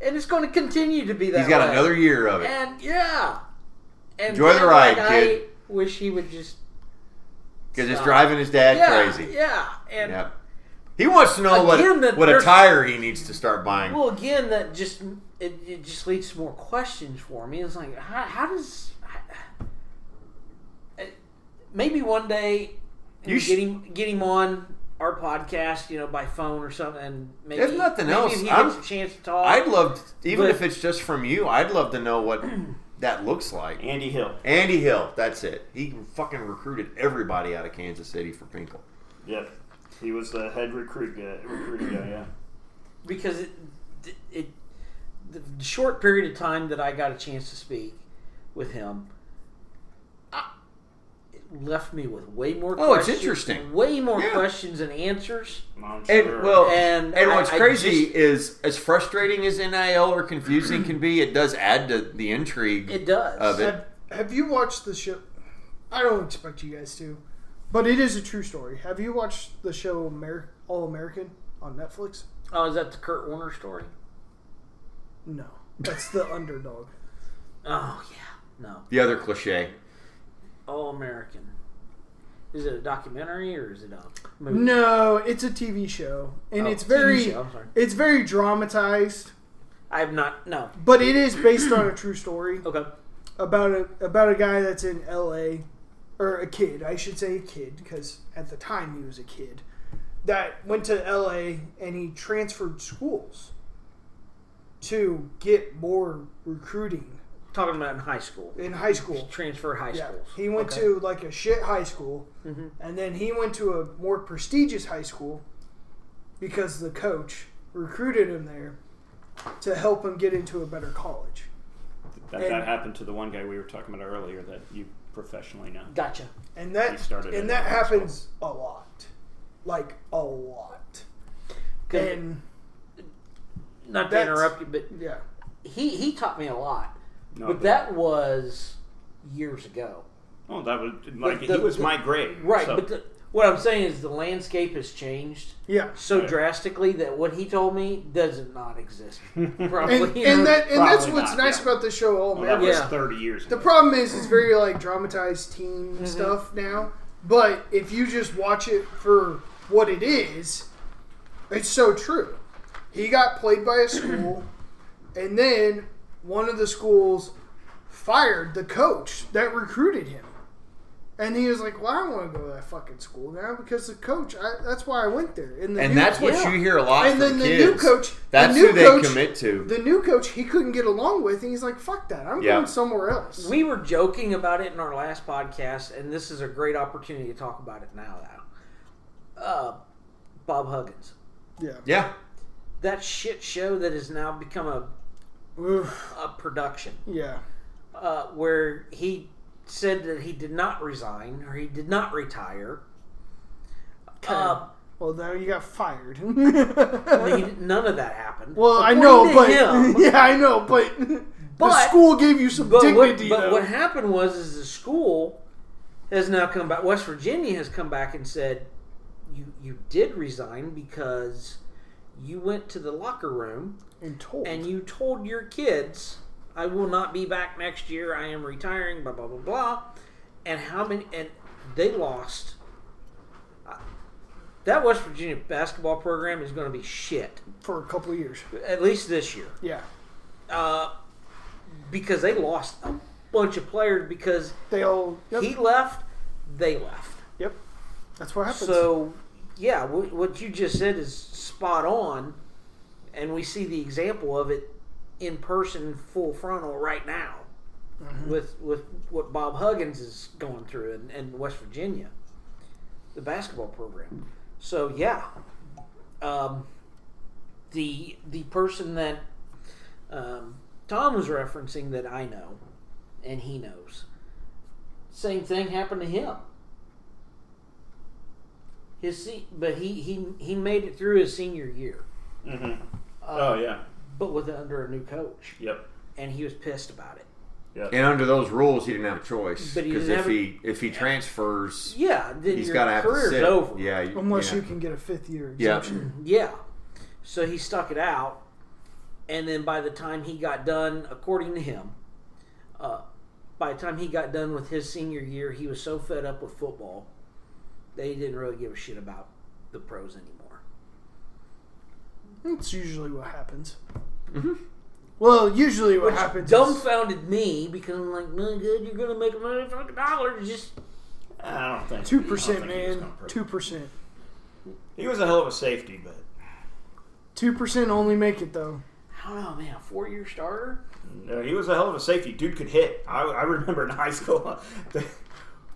And it's going to continue to be that
He's got
way.
another year of it.
And yeah. And
Enjoy the
man,
ride,
like,
kid.
I wish he would just.
Because it's
Stop.
driving his dad
Yeah,
crazy.
Yeah. And
Yeah. He wants to know
Again,
what,
that
what
they're-
attire he needs to start buying.
well, again, that just it, it just leads to more questions for me. It's like how, how does I- maybe one day
You
you
sh-
get him get him on our podcast, you know, by phone or something. And maybe
If nothing
maybe
else,
if he
I'm-
gets a chance to talk.
I'd love, to, even
But-
if it's just from you, I'd love to know what that looks like.
Andy Hill.
Andy Hill, that's it. He fucking recruited everybody out of Kansas City for Pinkle.
Yep. He was the head recruit guy, recruiting guy, yeah.
because it, it the short period of time that I got a chance to speak with him, I, it left me with way more.
Oh, it's
questions,
interesting.
Way more
Yeah.
questions and answers.
I'm
And
sure.
well,
And
and,
I-
what's
I
crazy
just-
is, as frustrating as NIL or confusing can be, it does add to the intrigue.
It does.
Of it.
Have, have you watched the show? I don't expect you guys to, but it is a true story. Have you watched the show Amer- All American on Netflix?
Oh, is that the Kurt Warner story?
No, that's the underdog.
Oh yeah, no,
the other cliche.
All American. Is it a documentary or is it a movie?
No, it's a TV show, and
Oh,
it's
TV
very
show, I'm sorry.
it's very dramatized,
I have not. No.
but it is based on a true story
Okay.
about a about a guy that's in L.A. or a kid, I should say a kid, because at the time he was a kid that went to L.A. and he transferred schools to get more recruiting
Talking about in high school.
in high school.
Transfer high
Yeah,
schools.
he went
Okay.
to like a shit high school,
Mhm.
and then he went to a more prestigious high school because the coach recruited him there to help him get into a better college.
that,
and-
that happened to the one guy we were talking about earlier that you professionally know.
Gotcha.
And
He
that
started in
and that
high
happens a lot, like a lot.
'Cause-
And
not to
that's-
interrupt you, but
yeah,
he he taught me a lot.
No,
but that was years ago.
oh, that was like
the-
he was
the-
my grade,
Right,
so-
but the, what I'm saying is the landscape has changed
yeah.
so
Right.
drastically that what he told me doesn't not exist. Probably.
And, and that and that's
Probably
what's
not,
nice
yeah.
about this show, All
well, oh, that
American.
was
Yeah.
thirty years.
The
ago.
problem is, it's very like dramatized teen stuff now. But if you just watch it for what it is, it's so true. He got played by a school, and then one of the schools fired the coach that recruited him. And he was like, "Well, I don't want to go to that fucking school now because the coach. I, that's why I went there." And, the
And
new-
that's what
yeah.
you hear a lot
And
from
then the
kids.
new coach.
that's
the new
who they
coach,
commit to.
The new coach he couldn't get along with, and he's like, "Fuck that! I'm
Yeah.
going somewhere else."
we were joking about it in our last podcast, and this is a great opportunity to talk about it now. Though, uh, Bob Huggins,
yeah.
yeah.
that shit show that has now become a,
Oof.
a production.
Yeah.
uh, where he said that he did not resign or he did not retire. Uh,
Well, now you got fired.
he, none of that happened.
well, I
According
know,
to
but
him,
yeah, I know, but the
But-
school gave you some
But, what,
dignity,
but
though.
what happened was is the school has now come back. West Virginia has come back and said, "You you did resign because you went to the locker room
and told.
and you told your kids, I will not be back next year. I am retiring." Blah blah blah blah. And how many? And they lost. Uh, That West Virginia basketball program is going to be shit
for a couple of years.
at least this year
Yeah,
uh, because they lost a bunch of players because
they all. Yep,
he left, they left.
yep. That's what happens.
So, yeah, wh- what you just said is spot on, and we see the example of it in person, full frontal, right now,
Mm-hmm.
with with what Bob Huggins is going through in, in West Virginia, the basketball program. So, yeah, um, the the person that um, Tom was referencing that I know, and he knows. Same thing happened to him. His se- but he he he made it through his senior year,
Mm-hmm.
Oh.
uh,
yeah.
but with under a new coach,
Yep.
and he was pissed about it.
And under those rules, he didn't have a choice
But he
because
didn't
if
have a-
he if he transfers,
Yeah, then
he's
your
got to have to
career's
sit.
over.
Yeah, you-
Unless
yeah.
you can get a fifth year
Yeah.
exemption.
Yeah. So he stuck it out. And then by the time he got done, according to him, uh, by the time he got done with his senior year, he was so fed up with football that he didn't really give a shit about the pros anymore.
That's usually what happens. Well, usually what
Mm-hmm. Which
happens. is,
dumbfounded me because I'm like, my good, you're going to make a million fucking dollars. Just
I don't think
Two
I
percent,
don't think he was
man.
gonna prove it.
Two percent.
He was a hell of a safety, but
Two percent only make it though.
I don't know, man. A four-year starter.
no, uh, he was a hell of a safety. Dude could hit. I, I remember in high school. the-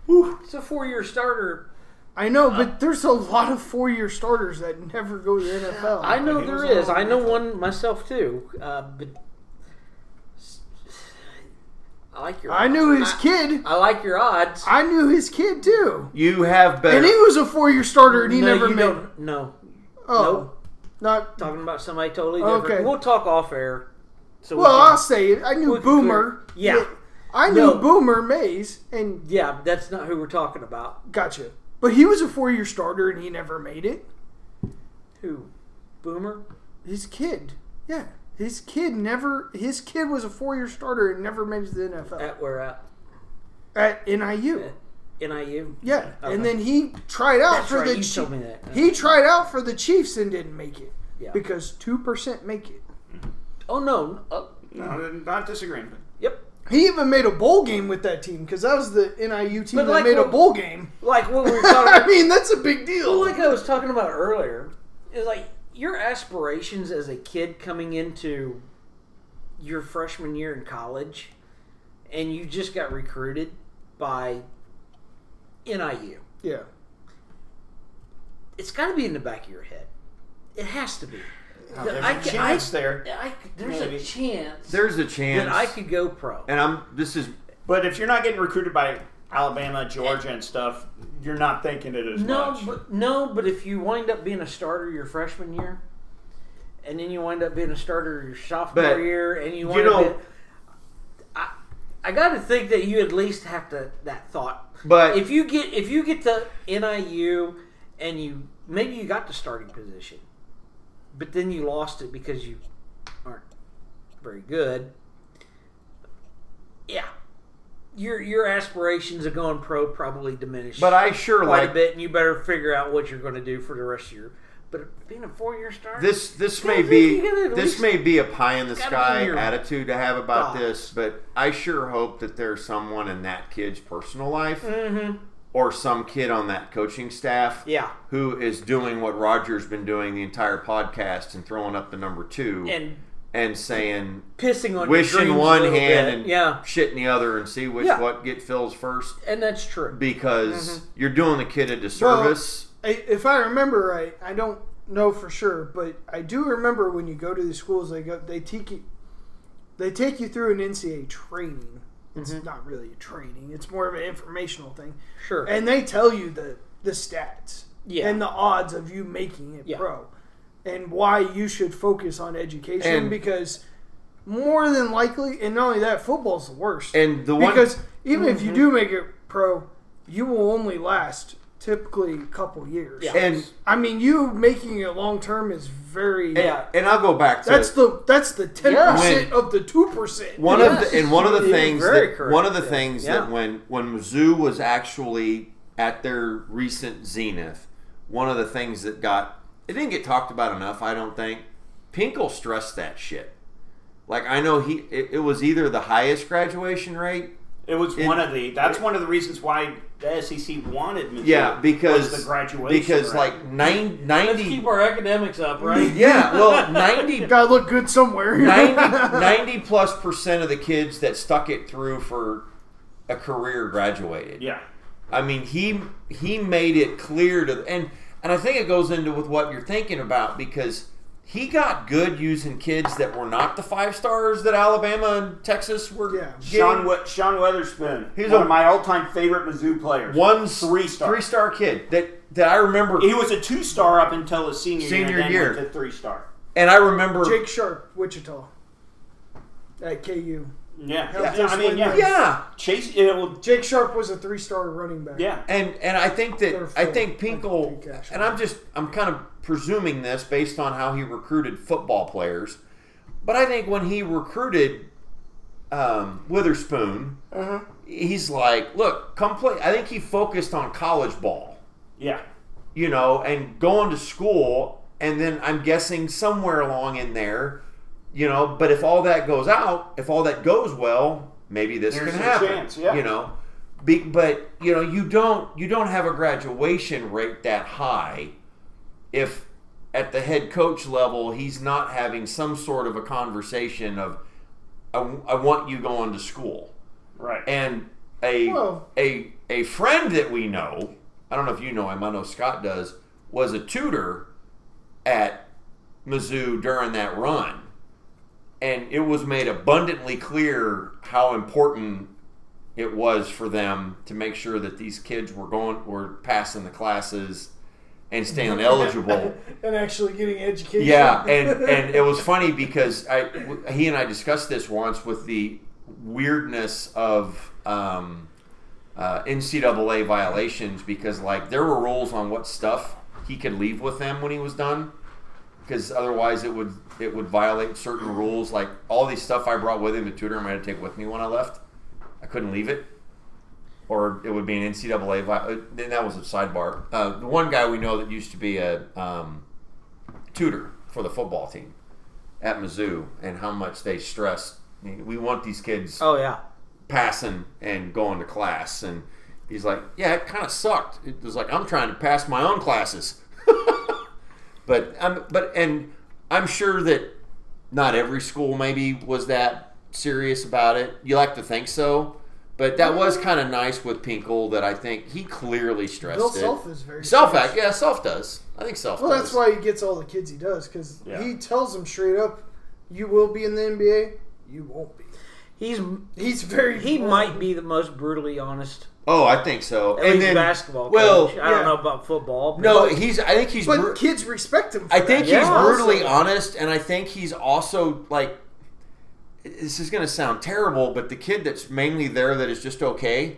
whew.
It's a four-year starter.
I know,
Uh.
but there's a lot of four-year starters that never go to the NFL.
I know
he
there
was
is.
all
I know
over.
one myself too. Uh, but I like your.
I
odds.
knew his
I-
kid.
I like your odds.
I knew his kid too,
You have better.
and he was a four-year starter, and he
no,
never
you
made.
don't. No,
Oh,
Nope.
not
talking about somebody totally different.
Okay.
We'll talk off air. So we
well.
can-
I'll say it. I knew
we can
Boomer.
clear- Yeah,
I knew
No.
Boomer Mays, and
yeah. That's not who we're talking about.
gotcha. But he was a four-year starter, and he never made it.
Who? Boomer.
His kid, yeah, his kid never. His kid was a four-year starter and never made it to the NFL
At where at?
at NIU.
NIU.
Yeah,
uh, Okay.
and then he tried out
That's
for
right.
the
You
Chi-
told me that.
He tried out for the Chiefs and didn't make it
Yeah.
because two percent make it.
Oh no. Oh,
No, I'm not disagreeing. But
yep.
He even made a bowl game with that team because that was the NIU team
But
that
like
made a
what-
bowl game.
Like what we were talking.
I mean, that's a big deal.
Well, like uh, I was talking about earlier, is like your aspirations as a kid coming into your freshman year in college, and you just got recruited by NIU.
yeah,
It's got to be in the back of your head. It has to be.
there's
I
a
ca-
chance there.
I, there's
Maybe.
a chance
There's a chance.
that I could go pro.
and I'm. This is
But if you're not getting recruited by Alabama, Georgia, and stuff, you're not thinking it as
No,
much.
but, no, but if you wind up being a starter your freshman year, and then you wind up being a starter your sophomore
But,
year, and you
you
wind
know-
up, being, I, I got to think that you at least have to that thought.
But-
if you get if you get to NIU and you maybe you got the starting position, but then you lost it because you aren't very good. Yeah. Your, your aspirations of going pro probably diminish
But I sure
quite
like
a bit, and you better figure out what you're going to do for the rest of your. But being a four-year starter,
this. This
Don't
may
think
be
you gotta at
this
least-
may be a pie in the
Gotta be
sky
your
attitude to have about
thoughts.
this, but I sure hope that there's someone in that kid's personal life, or some kid on that coaching staff,
Mm. Mm-hmm. yeah,
who is doing what Roger's been doing the entire podcast and throwing up the number two
and
and saying
pissing on
wish
your
in
dreams a
one
little
hand
bit.
and
yeah,
shit in the other and see which
Yeah.
what get fills first
and that's true. Mm-hmm.
because you're doing the kid a disservice.
I, if I remember right, I don't know for sure, but I do remember when you go to the schools, they go they take you, they take you through an NCAA training. It's
Mm-hmm.
not really a training; it's more of an informational thing,
Sure,
and they tell you the the stats
yeah,
and the odds of you making it
Yeah.
pro, and why you should focus on education
And-
because more than likely, and not only that, football's the worst.
And the one
because even if you do make it pro, you will only last typically a couple years.
Yeah.
and
I mean, you making it long term is very.
Yeah.
and I'll go back to
That's the that's the ten percent
When-
of the two percent.
one of
Yes.
the, and one of the
You're
things
very
that
correct,
one of the
yeah.
things
Yeah.
that when when Mizzou was actually at their recent zenith, one of the things that got it didn't get talked about enough. I don't think Pinkel stressed that shit. Like I know he it, it was either the highest graduation rate.
It was
It-
one of the. That's one of the reasons why the SEC wanted Mizzou.
Yeah, because
was the graduation
because
rate.
like nine,
Let's
90
keep our academics up, right?
yeah well 90
gotta look good somewhere.
90, 90 plus percent of the kids that stuck it through for a career graduated.
yeah,
I mean, he he made it clear to and and I think it goes into with what you're thinking about because he got good using kids that were not the five stars that Alabama and Texas were.
Yeah.
getting.
Sean we- Sean Weatherspoon.
He's
He's one
a-
of my all-time favorite Mizzou players.
one
three star.
three star kid that that I remember
He was a two-star up until his senior,
Senior
year. then
year.
went to three-star.
and I remember
Jake Sharp, Wichita, at KU.
Yeah,
Yeah.
Yeah, I mean, yeah,
yeah
Chase. It will,
Jake Sharp was a three-star running back.
yeah,
and and I think
Or
that I
four.
think
I
Pinkel
think, actually.
and I'm just I'm kind of presuming this based on how he recruited football players, but I think when he recruited um, Witherspoon, he's like, look, come play. I think he focused on college ball,
yeah.
you know, and going to school, and then I'm guessing somewhere along in there, you know. But if all that goes out, if all that goes well, maybe this
There's
can
a
happen.
chance, yeah.
You know, Be, but you know, you don't you don't have a graduation rate that high if at the head coach level he's not having some sort of a conversation of I, I want you going to school
Right.
and a
Well-
a a friend that we know. I don't know if you know him. I know Scott does. Was a tutor at Mizzou during that run, and it was made abundantly clear how important it was for them to make sure that these kids were going were passing the classes and staying eligible.
and actually getting education.
Yeah, and and it was funny because I w- he and I discussed this once with the weirdness of um, uh, NCAA violations because like there were rules on what stuff he could leave with them when he was done because otherwise it would it would violate certain rules like all these stuff I brought with him to tutor him I had to take with me when I left I couldn't leave it or it would be an NCAA violation uh, then that was a sidebar uh, the one guy we know that used to be a um, tutor for the football team at Mizzou and how much they stress we want these kids
Oh yeah.
passing and going to class and he's like yeah it kind of sucked it was like i'm trying to pass my own classes but i'm but and i'm sure that not every school maybe was that serious about it you like to think so but that was kind of nice with Pinkel that I think he clearly stressed
Bill
it.
Self is very
Self,
serious.
act, yeah, self does. I think self.
Well,
does.
that's why he gets all the kids he does because
Yeah.
he tells them straight up, "You will be in the NBA. You won't be."
He's
He's very.
he might be the most brutally honest
Oh, I think so.
at
and
least
then
basketball
Well,
coach.
yeah.
I don't know about football. but-
no, he's. I think he's.
But
bru-
kids respect him. For
I think
that.
he's
Yeah.
brutally
Also,
honest, and I think he's also like. This is going to sound terrible, but the kid that's mainly there that is just okay,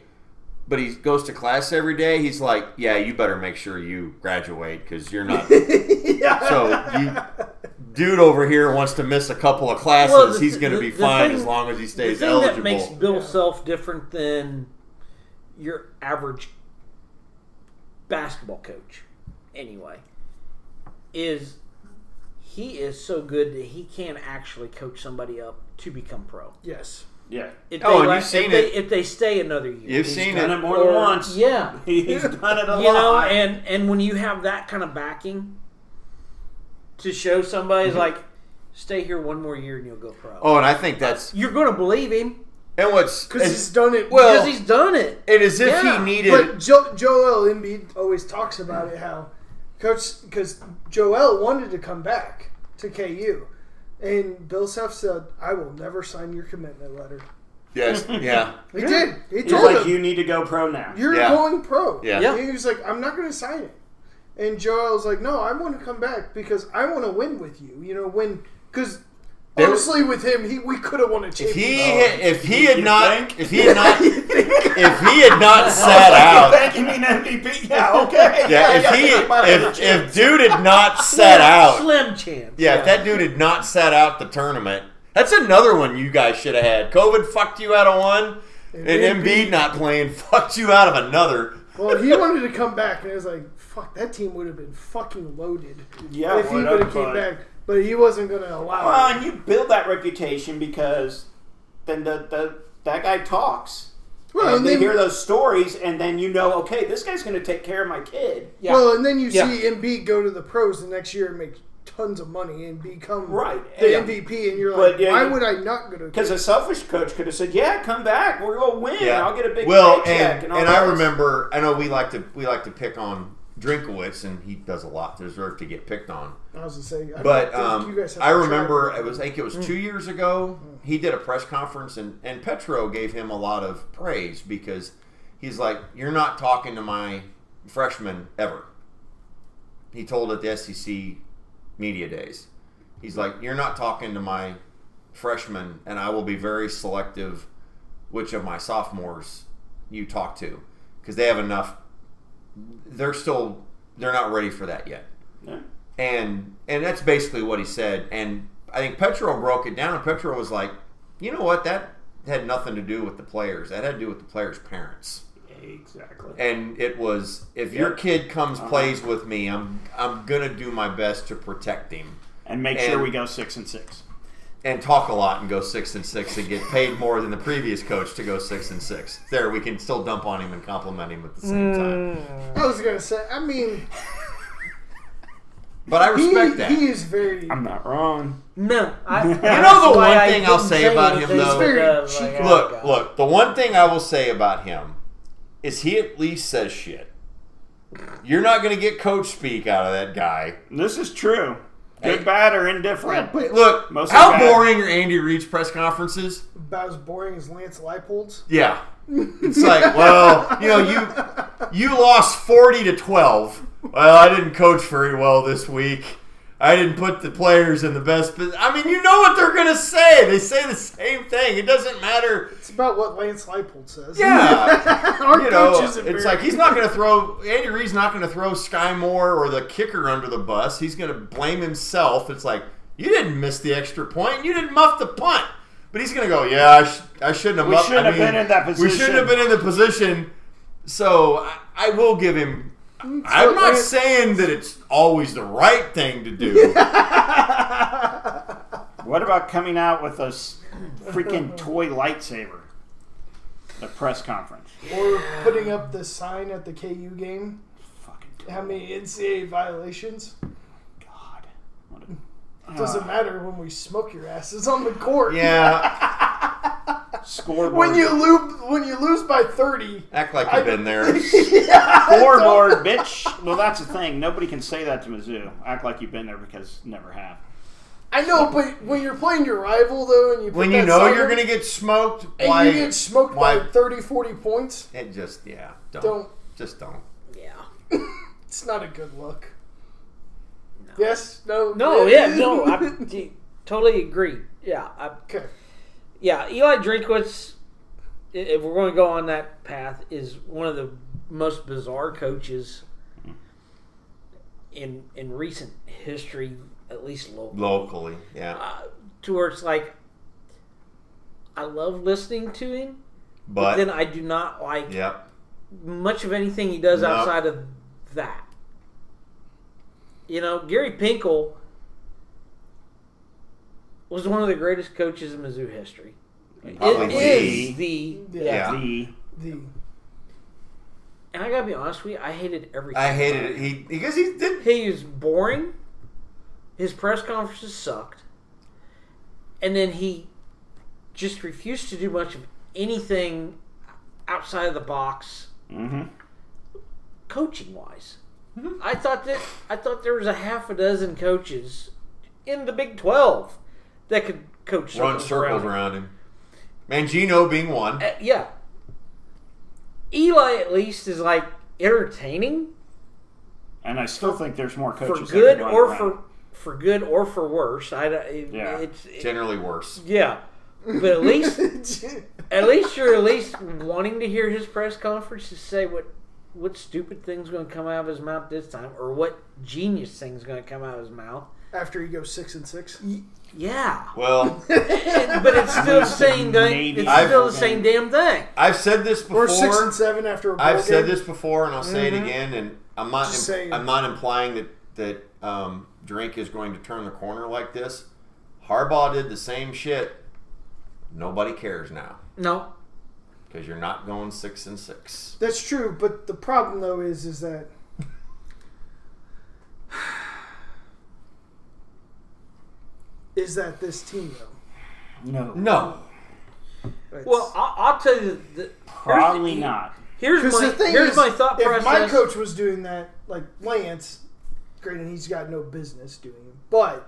but he goes to class every day. He's like, "Yeah, you better make sure you graduate because you're not."
yeah.
so you, dude over here wants to miss a couple of classes.
Well, the-
he's going to
the-
be
the
fine
thing-
as long as he
the
stays
thing
eligible.
that makes Bill Self different than your average basketball coach, anyway, is he is so good that he can actually coach somebody up to become pro.
yes.
yeah.
If
Oh, and
la-
you've seen
if they,
it.
if they stay another year.
You've seen
Done
it.
it more than
Or-
once.
Yeah.
He's done it a
you know
lot.
and and when you have that kind of backing to show somebody's like stay here one more year and you'll go pro
Mm-hmm. Oh, and I think that's
you're gonna believe him
and what's
Because he's done it.
Well,
because he's done it
and as if
Yeah,
he needed.
But jo- Joel Embiid always talks about it how coach because Joel wanted to come back to KU, and Bill Self said, "I will never sign your commitment letter."
yes, yeah.
He
Yeah.
did. He
He's
told
like,
him,
you need to go pro now.
"You're
Yeah.
going pro."
Yeah.
Yeah.
He was like, "I'm not going to sign it," and Joel's like, "No, I want to come back because I want to win with you. You know, win because." Honestly, with him, he we could have won a
If
championship.
he had, if he had
You
not
think?
if he had not if he had not sat
Like,
out
Thank you, mean MVP. Yeah, okay.
yeah if he if if dude had not sat out
Slim chance.
yeah if that dude had not sat out the tournament that's another one you guys should have had COVID fucked you out of one and
And
Embiid not playing fucked you out of another
well, he wanted to come back, and it was like, fuck, that team would have been fucking loaded
Yeah,
if he
what
would
up,
have came
bud?
back. But he wasn't going to allow
Well,
it.
and you build that reputation because then the, the that guy talks.
Well,
and
and
they
then,
hear those stories, and then you know, okay, this guy's going to take care of my kid.
Yeah.
well, and then you
Yeah.
see Embiid go to the pros the next year and make tons of money and become
Right.
the
Yeah.
MVP, and you're
But,
like,
yeah,
why
you-
would I not go to?
Because a selfish coach could have said, "Yeah, come back. We're going to win. I'll get a big
well,
paycheck."
and
all
and I
this."
remember. I know we like to we like to pick on Drinkowitz, and he does a lot to deserve to get picked on.
I was going to say, I
But
don't think
um,
you guys have
I
to try
remember it was I think it was
Hmm.
two years ago. He did a press conference, and and Petro gave him a lot of praise because he's like, "You're not talking to my freshman ever." He told at the SEC media days, he's like, "You're not talking to my freshmen, and I will be very selective which of my sophomores you talk to because they have enough. They're still they're not ready for that yet."
Yeah.
and and that's basically what he said. And I think Petro broke it down, and Petro was like, "You know what? That had nothing to do with the players. That had to do with the players' parents.
exactly.
And it was if your
Yep.
kid comes
Uh-huh.
plays with me, I'm I'm gonna do my best to protect him
and make
And-
sure we go six and six.
and talk a lot and go six and six and get paid more than the previous coach to go six and six. There, we can still dump on him and compliment him at the same time.
I was going to say, I mean,
But I
he,
respect that.
he is very.
I'm not wrong.
No, I, you
know the one thing I'll say about him, though?
oh
look, look. The one thing I will say about him is he at least says shit. You're not going to get coach speak out of that guy.
This is true. Good,
Hey.
bad, or indifferent.
But
Look,
Mostly
how
bad.
boring are Andy Reid's press conferences?
about as boring as Lance Leipold's.
Yeah, it's like, well, you know, you you lost forty to twelve. Well, I didn't coach very well this week. I didn't put the players in the best. But I mean, you know what they're going to say. They say the same thing. It doesn't matter.
It's about what Lance Leipold says.
Yeah.
our
you know,
coach is
it's like he's not going to throw Andy Reid's not going to throw Sky Moore or the kicker under the bus. He's going to blame himself. It's like you didn't miss the extra point. You didn't muff the punt. But he's going to go, yeah, I, sh- I shouldn't have.
We
muffed-
shouldn't
I
have been in that
We shouldn't
position."
have been in the position. So I, I will give him. I'm not
Lance-
saying that it's always the right thing to do.
What about coming out with a s- freaking toy lightsaber? The press conference.
or putting up the sign at the KU game.
Fucking toy.
How many NCAA violations?
God. What a,
Doesn't matter when we smoke your asses on the court.
Yeah,
Ah, scoreboard.
When you lose, when you lose by thirty,
act like you've been there.
scoreboard, bitch. Well, that's the thing. Nobody can say that to Mizzou. Act like you've been there because never have.
I know. But when you're playing your rival though, and you put
When you
that
know
sign
you're
up,
going to get smoked,
and
why?
you get smoked
why-
by 30, 40 points,
It just yeah,
don't.
just don't.
Yeah.
It's not a good look. Yes. No.
No, yeah, no, I d- totally agree. Yeah, I,
okay.
yeah. Eli Drinkwitz, i- if we're going to go on that path, is one of the most bizarre coaches in in recent history, at least local.
locally. Yeah,
Uh, to where it's like, I love listening to him, but,
but
then I do not like
yep,
much of anything he does
No.
outside of that. You know, Gary Pinkel was one of the greatest coaches in Mizzou history. It
Probably
is the
Yeah.
yeah.
Yeah.
The
The
And I gotta be honest with you, I hated everything.
I hated it. He because he did.
He was boring. His press conferences sucked, and then he just refused to do much of anything outside of the box
hmm
coaching wise.
Mm-hmm.
I thought that I thought there was a half a dozen coaches in the Big Twelve that could coach
run circles
him.
around him. Mangino being one.
Uh, yeah, Eli at least is like entertaining
And I still think there's more
for
coaches.
good
everywhere
or
around.
for for good or for worse. I don't- it,
Yeah.
it's it-
Generally worse.
yeah, but at least at least you're at least wanting to hear his press conference to say what what stupid thing's going to come out of his mouth this time, or what genius thing's going to come out of his mouth.
After he goes six and six,
Yeah,
Well,
but it's still the same thing.
Maybe.
It's still the
I've-
same damn thing.
I've said this
or
before.
six and seven after a bowl
I've said
game.
this before, and I'll say it again. And I'm not.
Just
im-
saying.
I'm not implying that that um, Drink is going to turn the corner like this. Harbaugh did the same shit. Nobody cares now
No,
because you're not going six and six.
That's true, but the problem though is is that is that this team though.
No.
No,
It's-
well, I'll, I'll tell you. The,
Probably
here's,
not.
Here's
Because
my
the thing
here's
is,
my thought
if
process.
my coach was doing that, like Lance, great, and he's got no business doing it. But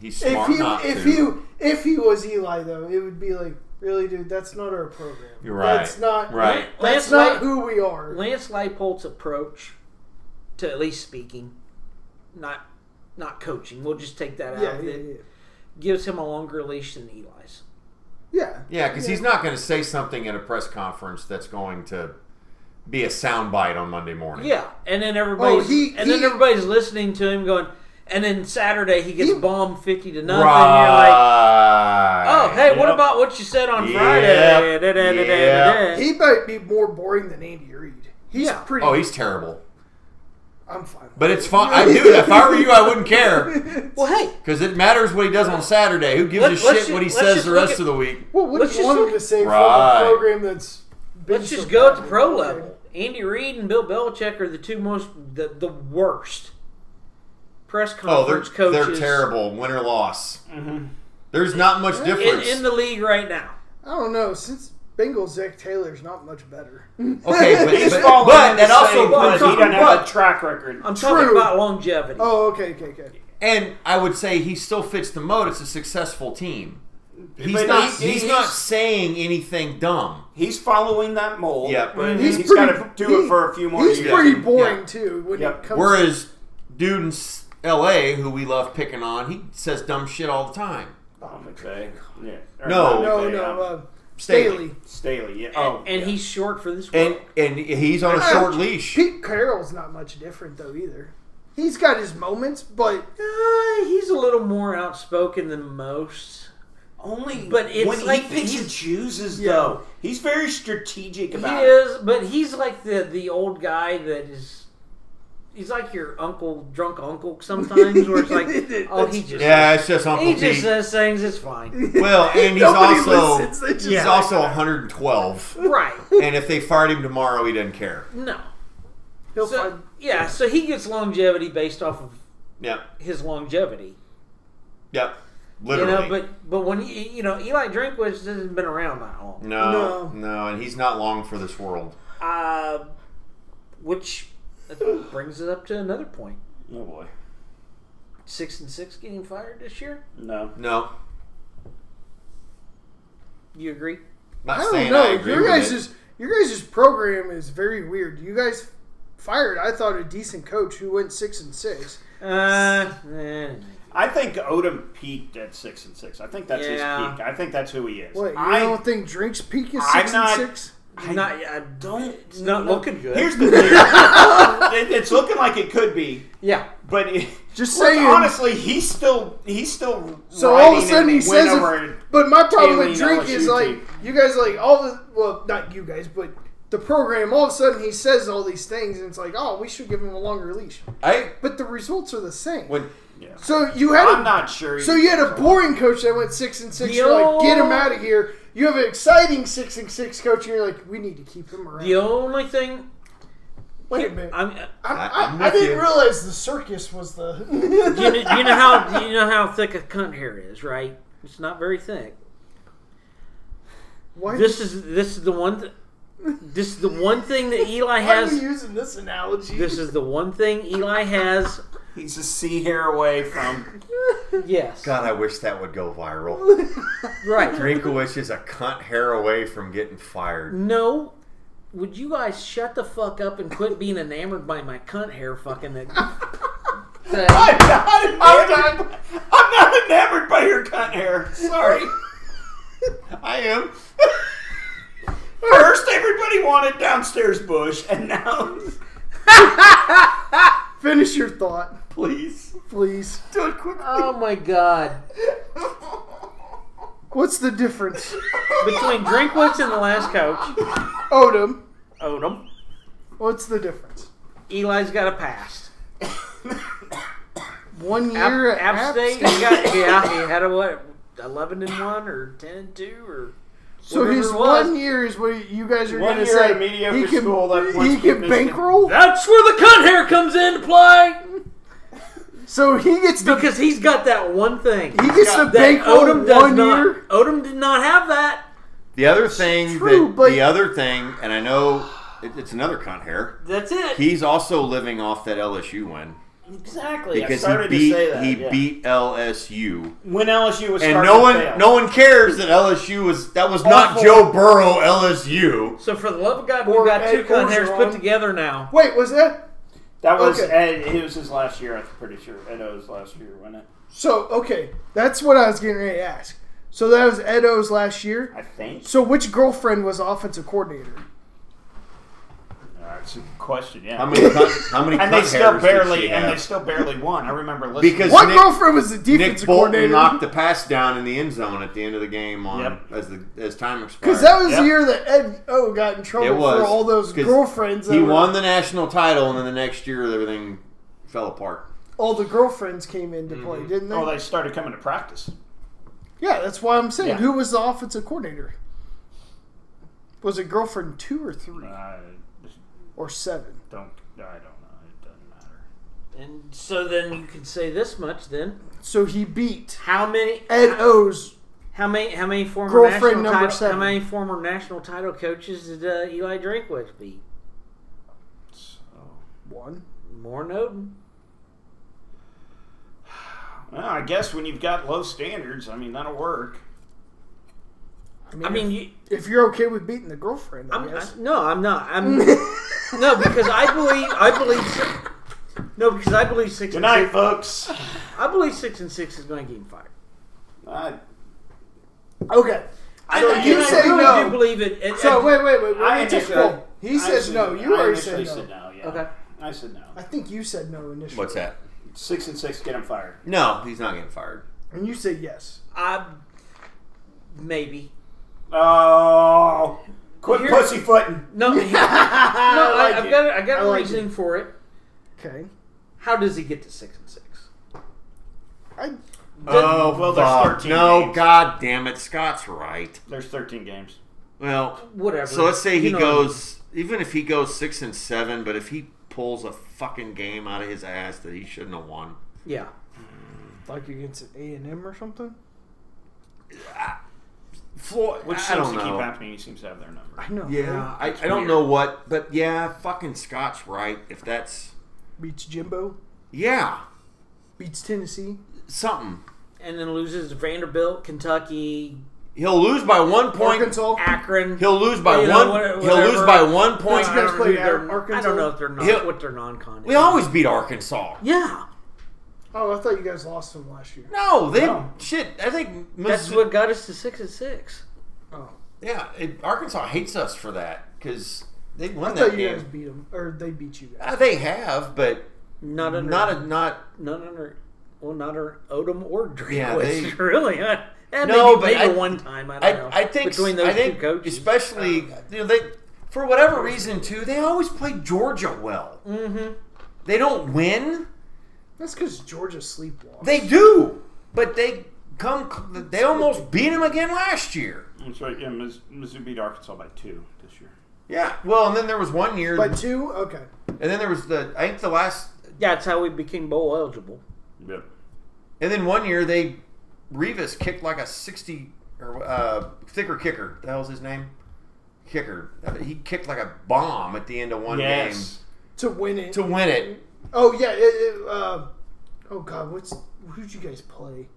he's smart
if he
not
if
to.
you if he was Eli though, it would be like, really, dude, that's not our program.
You're right.
That's not
right.
That's
Lance
not
Light-
who we are.
Lance Leipold's approach to at least speaking, not not coaching. We'll just take that out.
yeah,
of
yeah,
it.
yeah,
Gives him a longer leash than Eli's.
yeah.
Yeah, because he's not going to say something at a press conference that's going to be a soundbite on Monday morning.
Yeah, and then everybody's
Oh, he-
and then
he-
everybody's listening to him going. And then Saturday he gets bombed fifty to nothing.
Right.
You're like, oh hey, what
Yep.
about what you said on
Yep.
Friday? Da, da, da, da, da, da.
He might be more boring than Andy Reid. He's
Yeah.
pretty.
Oh, he's terrible.
I'm fine. with
But it's fine. I do. If I were you, I wouldn't care
well, hey,
because it matters what he does on Saturday. Who gives
Let-
a
let's
shit
just-
what he
let's
says
just
the
look
rest
at-
of the week?
Well, what
Let's
do you
just
want
look-
him to say for
Right.
a program that's been
let's
so
just go at the
bad?
pro level. Andy Reid and Bill Belichick are the two most the, the worst press
Oh, they're
conference coaches Mm-hmm.
they're terrible. Win or loss. There's not much
in,
difference.
in the league right now.
I don't know. Since Bengals, Zach Taylor's not much better.
okay, but,
He's
but,
falling
but
in
that
the
also
same
I'm
place.
puts
He
talking
doesn't have a
about-
track record.
I'm talking
True.
about longevity.
Oh, okay, okay, okay.
And I would say he still fits the mode. It's a successful team. He's
But
not.
he-
he's
he's-
not saying anything dumb.
He's following that mold.
Yeah, but-
but
He's
he's got
pretty-
to do
he-
it for a few more
He's
years.
pretty boring too when
Yep.
it comes.
Whereas dude in S- L.A. who we love picking on, he says dumb shit all the time.
Oh, McVay. Yeah. Or
No.
not
no,
McVay,
no,
um,
uh,
Staley.
Staley.
Staley. Yeah.
and,
Oh,
and
yeah.
he's short for this
And
world.
and he's on a
Ah,
short leash.
Pete Carroll's not much different though either. He's got his moments, but
Uh, he's a little more outspoken than most.
only
But it's
when
like
he picks and
he's-
chooses
Yeah.
though. He's very strategic
He
about it.
is, but he's like the the old guy that is. He's like your uncle, drunk uncle sometimes, where it's like, oh, he just
yeah, it's just Uncle
he just
Pete.
says things. It's fine,
well, and he's
nobody
also
listens. They just
he's
like-
also 112.
right?
and if they fired him tomorrow, he doesn't care.
No,
he'll
so
find.
yeah, so he gets longevity based off of
Yep,
his longevity.
yep.
You
Literally.
know, but but when you you know Eli Drinkwitz hasn't been around that long.
no,
No.
no, and he's not long for this world.
Uh, which brings us up to another point.
Oh boy.
Six and six getting fired this year.
No.
No,
You agree?
not
I don't
saying
know.
I agree
your
with
guys'
it.
your guys' program is very weird. You guys fired, I thought, a decent coach who went six and six.
Uh, eh.
I think Odom peaked at six and six. I think that's
Yeah.
his peak. I think that's who he is.
What you
I
don't think drinks peak is
I'm
6
not-
and six?
I
not, I
don't.
It's not
know.
looking good.
Here's the thing. It- it's looking like it could be,
yeah,
but it,
Just
look,
saying.
honestly, he's still he's still.
So all of a
riding
sudden
and
he
win
says,
over
it-
it.
but my problem with
Tailing
drink is
LSU
like
team.
you guys like all the well not you guys but the program all of a sudden he says all these things and it's like oh we should give him a longer leash
I
but the results are the same.
when
so you had
I'm
a
not sure.
so you had a boring coach that went six and six. You're
Yo.
like get him out of here. You have an exciting six and six coach and you're like we need to keep him around.
the only thing
Wait a minute.
I'm.
I'm,
I-
I,
I'm
I
with
didn't
you.
realize the circus was the.
You know, you know how you know how thick a cunt hair is, right? It's not very thick.
Why,
This is this is the one. Th- this is the one thing that Eli
why are we
has.
using this analogy?
This is the one thing Eli has.
he's a sea hair away from.
Yes,
God, I wish that would go viral.
right.
Drinkowicz is a cunt hair away from getting fired.
No. Would you guys shut the fuck up and quit being enamored by my cunt hair fucking that, thing.
I'm not enamored.
done.
I'm not enamored by your cunt hair. Sorry.
I am.
First, everybody wanted downstairs bush, and now
Finish your thought,
Please
please.
do it quickly.
Uh,
Oh my god.
What's the difference?
Between Drinkwitz and the last coach,
Odom,
Odom,
what's the difference?
Eli's got a past.
One
App,
year at
App State, he got yeah, he had a what, eleven and one or ten and two or
So
whatever
his
it was.
one year is what you guys are
One
going to
year
say.
at a mediocre
he can,
school that wants
he
to
can
beat Michigan.
bankroll.
That's where the cunt hair comes into play
So he gets to
because he's got that one thing.
he gets to
that
bankroll
Odom does
one
not.
year.
Odom did not have that.
The other thing,
true,
that,
but-
the other thing, and I know it, it's another cunt hair.
That's it.
He's also living off that LSU win
exactly.
because
started
he
to
beat
say that,
he
yeah.
beat LSU,
When LSU was
and
starting
no
to
one
fail.
no one cares that LSU was that was not
Awful.
Joe Burrow LSU.
So for the love of God,
Or
we've got two
Ed
cunt hairs
Orgeron.
put together now.
Wait, was that
That was
Okay.
Ed, it was his last year. I'm pretty sure Ed O's last year, wasn't it?
so? Okay, that's what I was getting ready to ask. So that was Ed O's last year.
I think.
So which girlfriend was offensive coordinator?
That's a good question. Yeah.
How many cunt, how many
and
cunt
they still
hairs did
barely
she
and
have?
they still barely won. I remember listening.
because
What
Nick,
girlfriend was the
Nick
defensive
Bolton knocked
coordinator?
the pass down in the end zone at the end of the game on
Yep.
as the as time expired.
Because that was
Yep.
the year that Ed O got in trouble
It was,
for all those
'cause
girlfriends. That
he
were-
won the national title, and then the next year everything fell apart.
All the girlfriends came into play, didn't they?
oh, they started coming to practice.
Yeah, that's why I'm saying
Yeah.
who was the offensive coordinator? Was it girlfriend two or three
I just
or seven?
don't. I don't know. It doesn't matter.
And so then you can say this much then:
So he beat
how many
Ed O's.
How many? How many former
Girlfriend
national
number
title,
seven.
How many former national title coaches did uh, Eli Drinkwitz beat?
So,
One.
More than Odom.
well, I guess when you've got low standards, I mean that'll work.
I mean,
I mean,
if,
you,
if you're okay with beating the girlfriend, I
I'm, I,
guess.
no, I'm not. I'm no because I believe I believe si- no because I believe six.
Good
And
night,
six,
folks.
I believe six and six is going to get him fired.
I,
okay.
I,
So
I-
you
I
say
really
no.
do believe it. it
So
it-
wait, wait, wait. We're
I
gonna take
initially-
Cole. He
I
says
said-
no. You
I
already
initially
said no.
said no. Yeah.
okay.
I said no.
I think you said no initially.
What's that?
Six and six, get him fired.
No, he's not getting fired.
And you said yes.
I maybe
Oh, quit
Here-
pussyfooting.
no. no,
I
I,
like
I've
it.
got a, I got
I
a
like
reasoning for it.
Okay.
How does he get to six and six?
I,
Oh,
well, there's
fuck.
13
No,
games.
god damn it, Scott's right.
There's 13 games.
Well,
Whatever.
so let's say he
You know-
goes, even if he goes six and seven, but if he pulls a fucking game out of his ass that he shouldn't have won,
Yeah.
like against an A and M or something.
Floyd,
Which
I
seems
don't
to keep
know.
happening. He seems to have their number.
I know.
Yeah, I, I
weird.
don't know what, but yeah, fucking Scott's right. If that's
Beats Jimbo.
yeah,
Beats Tennessee.
something
and then loses to Vanderbilt, Kentucky,
he'll lose by one point.
Arkansas.
Akron.
He'll lose by
You know,
one.
whatever-
He'll lose by one
I
point.
Who's gonna
don't, know
play
who they're-
Arkansas?
I don't know if they're non
He'll-
what their non con is.
We always beat Arkansas.
yeah,
Oh, I thought you guys lost them last year.
No, they
No.
shit. I think
that's
Missouri-
what got us to six and six.
Oh.
Yeah, it, Arkansas hates us for that because they won
I
that
thought you guys
game.
beat them, or they beat you guys.
Uh, they have, but
Not under,
not a not.
not under, well, not under Odom or Drinkwitz.
Yeah, they-
really. I, and
No,
maybe,
but
maybe
I-
one time. I don't know.
I, I think
between those
I think
two coaches,
especially you know, they for whatever reason too, they always play Georgia well.
Mhm.
They don't win.
That's because Georgia sleepwalks.
They do, but they come. cl- They almost beat them again last year.
That's right. Yeah, Miss- Mizzou beat Arkansas by two this year.
Yeah. Well, and then there was one year,
But two, okay.
and then there was the I think the last,
yeah, that's how we became bowl eligible.
Yep.
and then one year they Revis kicked like a sixty or uh, thicker kicker. What the hell's his name? Kicker. Uh, He kicked like a bomb at the end of one
Yes.
To win it.
game to win it.
oh yeah. It, it, uh, oh god, what's who'd you guys play?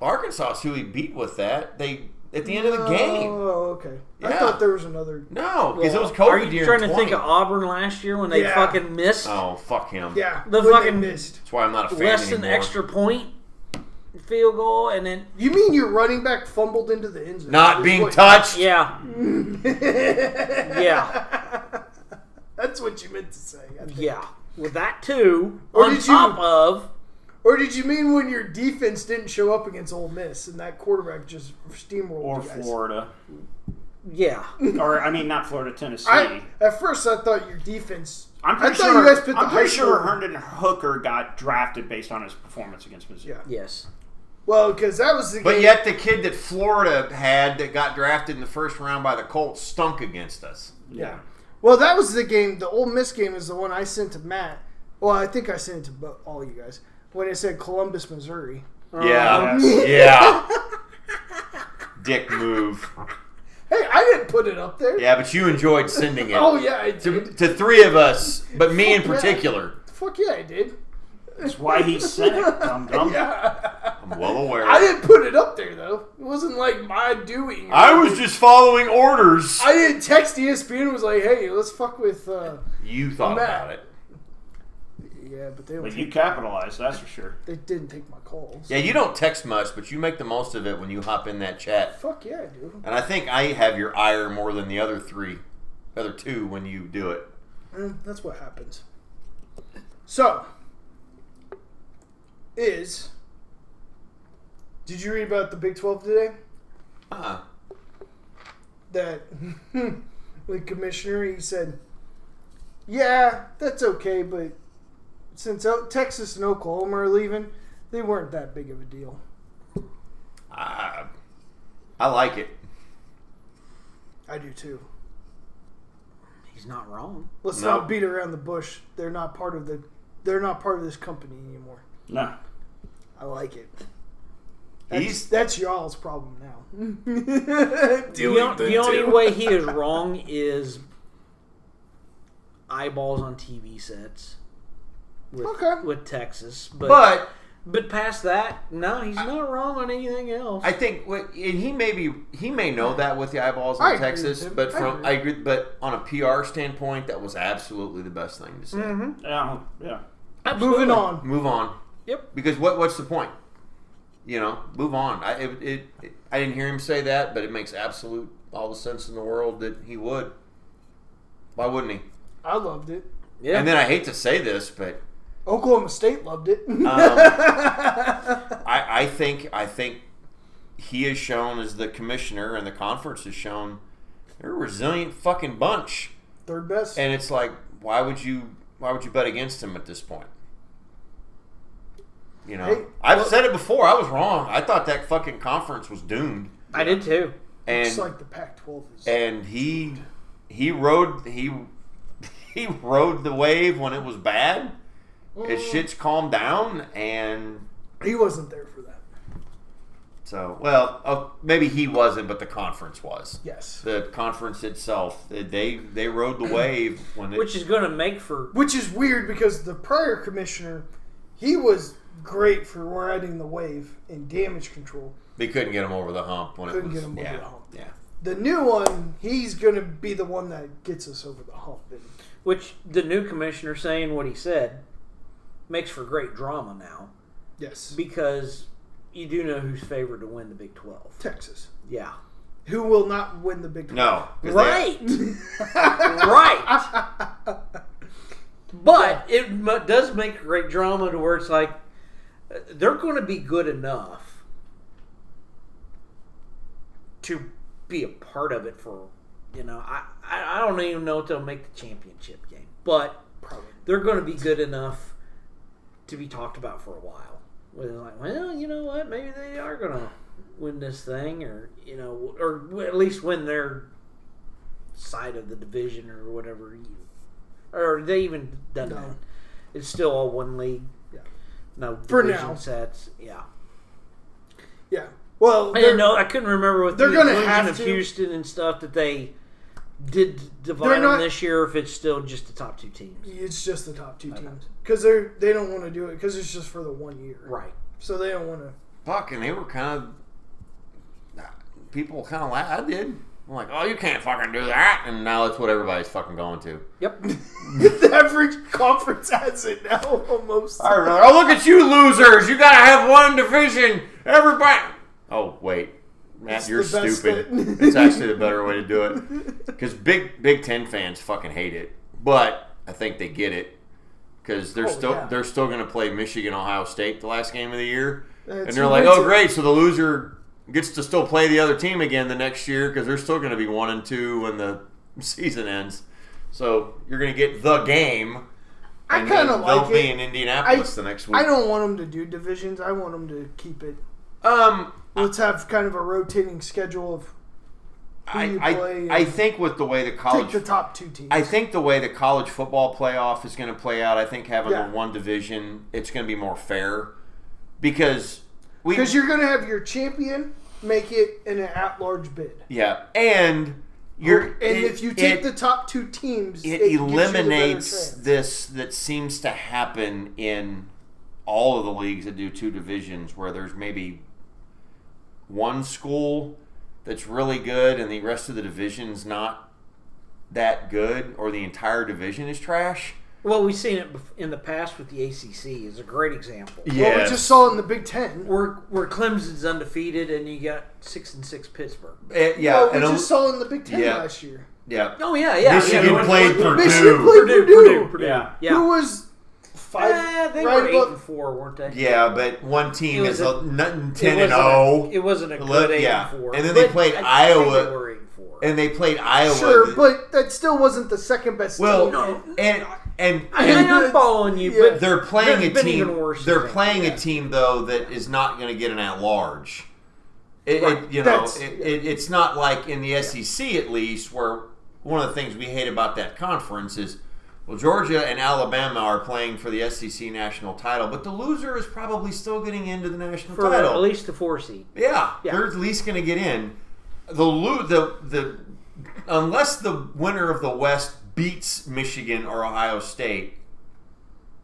Arkansas, who he beat with that, they at the end of the game.
Oh, okay. I
Yeah.
thought there was another.
No, because it was
Are
COVID
you
year.
trying to
20.
think of Auburn last year when they
Yeah.
fucking missed
Oh fuck him.
Yeah,
The
when they
fucking-
missed.
That's why I'm not a fan
less than
anymore.
extra point field goal and then
You mean your running back fumbled into the end zone?
Not
Is
being
what-
touched.
yeah yeah
That's what you meant to say. I think.
yeah with that too
Or
on
did you-
top of
Or did you mean when your defense didn't show up against Ole Miss and that quarterback just steamrolled
or
you guys?
Florida,
yeah
or I mean not Florida, Tennessee.
I at first I thought your defense.
I'm pretty
I thought
sure.
you guys put the
I'm pretty
high
sure
school-
Herndon Hooker got drafted based on his performance against Mizzou.
Yeah.
yes
Well, because that was the
But
game.
yet the kid that Florida had that got drafted in the first round by the Colts stunk against us.
Yeah. Well, that was the game. The Ole Miss game is the one I sent to Matt. Well, I think I sent it to bo- all you guys when it said Columbus, Missouri.
Yeah.
Um,
Yes.
Yeah. Dick move.
Hey, I didn't put it up there.
Yeah, but you enjoyed sending it.
Oh yeah, I did.
To, to three of us, but me in particular.
Fuck yeah, I did.
That's why he sent it. Dum dum.
I'm well aware.
I didn't put it up there though. It wasn't like my doing.
I was just following orders.
I didn't text E ESPN. and Was like, hey, let's fuck with. Uh,
You thought
Matt.
about it.
yeah, but they don't
But you
take,
capitalized, that's for sure.
they didn't take my calls.
Yeah, you don't text much, but you make the most of it when you hop in that chat.
Fuck yeah, I do.
And I think I have your ire more than the other three, other two when you do it.
Mm, that's what happens. So, is did you read about the Big Twelve today?
Uh-huh.
That the commissioner he said, "Yeah, that's okay, but since O- Texas and Oklahoma are leaving, they weren't that big of a deal."
I, I like it.
I do too.
he's not wrong
Let's
No.
not beat around the bush. They're not part of the. They're not part of this company anymore.
No.
I like it. That's,
He's
that's y'all's problem now.
the, on- the only way he is wrong is eyeballs on TV sets with,
Okay.
with Texas. But, but
but
past that, no, he's not wrong on anything else.
I think what and he may be he may know that with the eyeballs in
I agree
Texas,
with him.
but
I
from
agree.
I agree, but on a PR standpoint, that was absolutely the best thing to say.
Mm.
mm-hmm.
Yeah. Yeah.
Absolutely.
Moving on.
Move on.
Yep.
Because what what's the point? You know, move on. I it, it, I didn't hear him say that, but it makes absolute all the sense in the world that he would. Why wouldn't he?
I loved it.
Yeah.
And then I hate to say this, but
Oklahoma State loved it.
Um, I, I think I think he has shown as the commissioner and the conference has shown they're a resilient fucking bunch.
Third best.
And it's like why would you why would you bet against him at this point? You know,
Hey,
I've said it before. I was wrong. I thought that fucking conference was doomed,
I did too.
and
Looks like the Pac-12 is.
and he he rode he he rode the wave when it was bad. His
Mm.
shit's calmed down, and
he wasn't there for that.
So, well, uh, maybe he wasn't, but the conference was.
Yes.
The conference itself, they they rode the wave when it,
Which is going to make for.
Which is weird because the prior commissioner, he was great for riding the wave and damage control.
they couldn't get him over the hump. When
Couldn't
it was,
get 'em over
yeah,
the hump.
Yeah,
The new one, he's going to be the one that gets us over the hump. And
Which the new commissioner saying what he said makes for great drama now
yes,
because you do know who's favored to win the Big 12.
Texas,
Yeah.
who will not win the Big
no, 'cause they-
Right. right. But it m- does make great drama to where it's like uh, they're going to be good enough to be a part of it for you know I I I don't even know if they'll make the championship game, but
Probably.
they're going to be good enough to be talked about for a while. Where they're like, well, you know what? Maybe they are going to win this thing, or you know, or at least win their side of the division or whatever. You, or they even done
No.
that. It's still all one league.
Yeah.
No
For
division
now.
sets. Yeah.
Yeah. Well,
I
they're-
didn't know. I couldn't remember with
they're
the
gonna
inclusion
have
of
to.
Houston and stuff that they did divide
They're
them
not-
this year. If it's still just the top two teams,
It's just the top two teams because they're they don't want to do it because it's just for the one year,
right?
so they don't want to.
fuck, and they were kind of. people kind of laugh. I did. I'm like, oh, you can't fucking do that. And now that's what everybody's fucking going to.
Yep.
Every conference has it now, almost.
I remember, oh, look at you losers. You got to have one division. Everybody. Oh, wait. Matt,
It's
you're
the best
stupid.
that-
it's actually the better way to do it. Because big Big Ten fans fucking hate it. But I think they get it. Because they're,
Oh,
still
yeah.
they're still going to play Michigan Ohio State the last game of the year.
That's
and they're
who
like,
wins
oh,
it.
great. So the loser gets to still play the other team again the next year because they're still going to be one and two when the season ends. So you're going to get the game.
I
and
kind
then
of
they'll
like
be
it.
in Indianapolis the next week.
I don't want them to do divisions. I want them to keep it.
Um,
Let's have kind of a rotating schedule of
I,
you
I,
play,
I
um,
think with the way the
take
college,
the top two teams.
I think the way the college football playoff is going to play out, I think having
Yeah.
the one division, it's going to be more fair because we,
Because you're going to have your champion make it in an at-large bid.
yeah, and you're,
and
it-
if you take
it-
the top two teams,
it,
gives you the better
eliminates
chance.
this that seems to happen in all of the leagues that do two divisions where there's maybe one school that's really good and the rest of the division's not that good or the entire division is trash.
Well, we've seen it bef- in the past with the ACC is a great example.
Well, we just saw it in the Big Ten.
Where where Clemson's undefeated and you got six and six Pittsburgh.
Eh, yeah,
Well, we
and a-
just saw it in the Big Ten
yeah.
last year.
yeah.
Oh yeah, yeah.
Michigan
yeah,
played
Purdue.
Purdue.
Michigan played Purdue.
Purdue, Purdue, Purdue.
Yeah.
Yeah.
Who was five?
Eh, they
right
were eight
above-
and four, weren't they?
Yeah, but one team
It was
is a,
a-
nothing
It
ten and oh.
wasn't
zero,
A, it wasn't a good
Look,
eight
yeah.
and four.
And then they
but I
played
think
Iowa.
They were eight and four.
and they played Iowa.
Sure, but that still wasn't the second best
well,
team.
and and,
I
and
mean, I'm following you,
Yeah.
but
they're playing
There's
a
been
team.
even worse
they're
examples,
playing
yeah.
a team though that is not going to get an at large. It, it,
Right.
you know,
That's-
it, it, it's not like in the SEC at least, where one of the things we hate about that conference is, well, Georgia and Alabama are playing for the SEC national title, but the loser is probably still getting into the national
for
title.
at least the four seed.
Yeah,
Yeah.
they're at least going to get in. The lo- the the unless the winner of the West beats Michigan or Ohio State,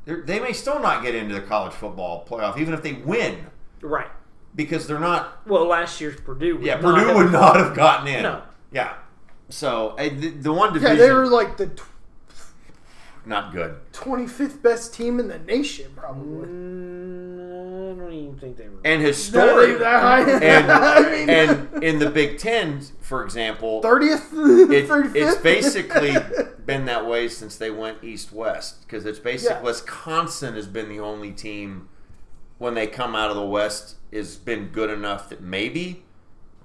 they're- they may still not get into the college football playoff, even if they win,
Right.
because they're not.
Well, last year's Purdue. would
Yeah,
not
Purdue
have-
would not have gotten in.
No.
Yeah. So I, the, the one
yeah,
division
they were like the
not good.
twenty fifth best team in the nation, probably.
Mm, I don't even think they were.
And
That ain't
historic,
that high.
and
I mean,
and in the Big Ten, for example,
thirtieth,
it, it's
thirty-fifth.
basically been that way since they went east west because it's basic
Yeah.
Wisconsin has been the only team when they come out of the west has been good enough that maybe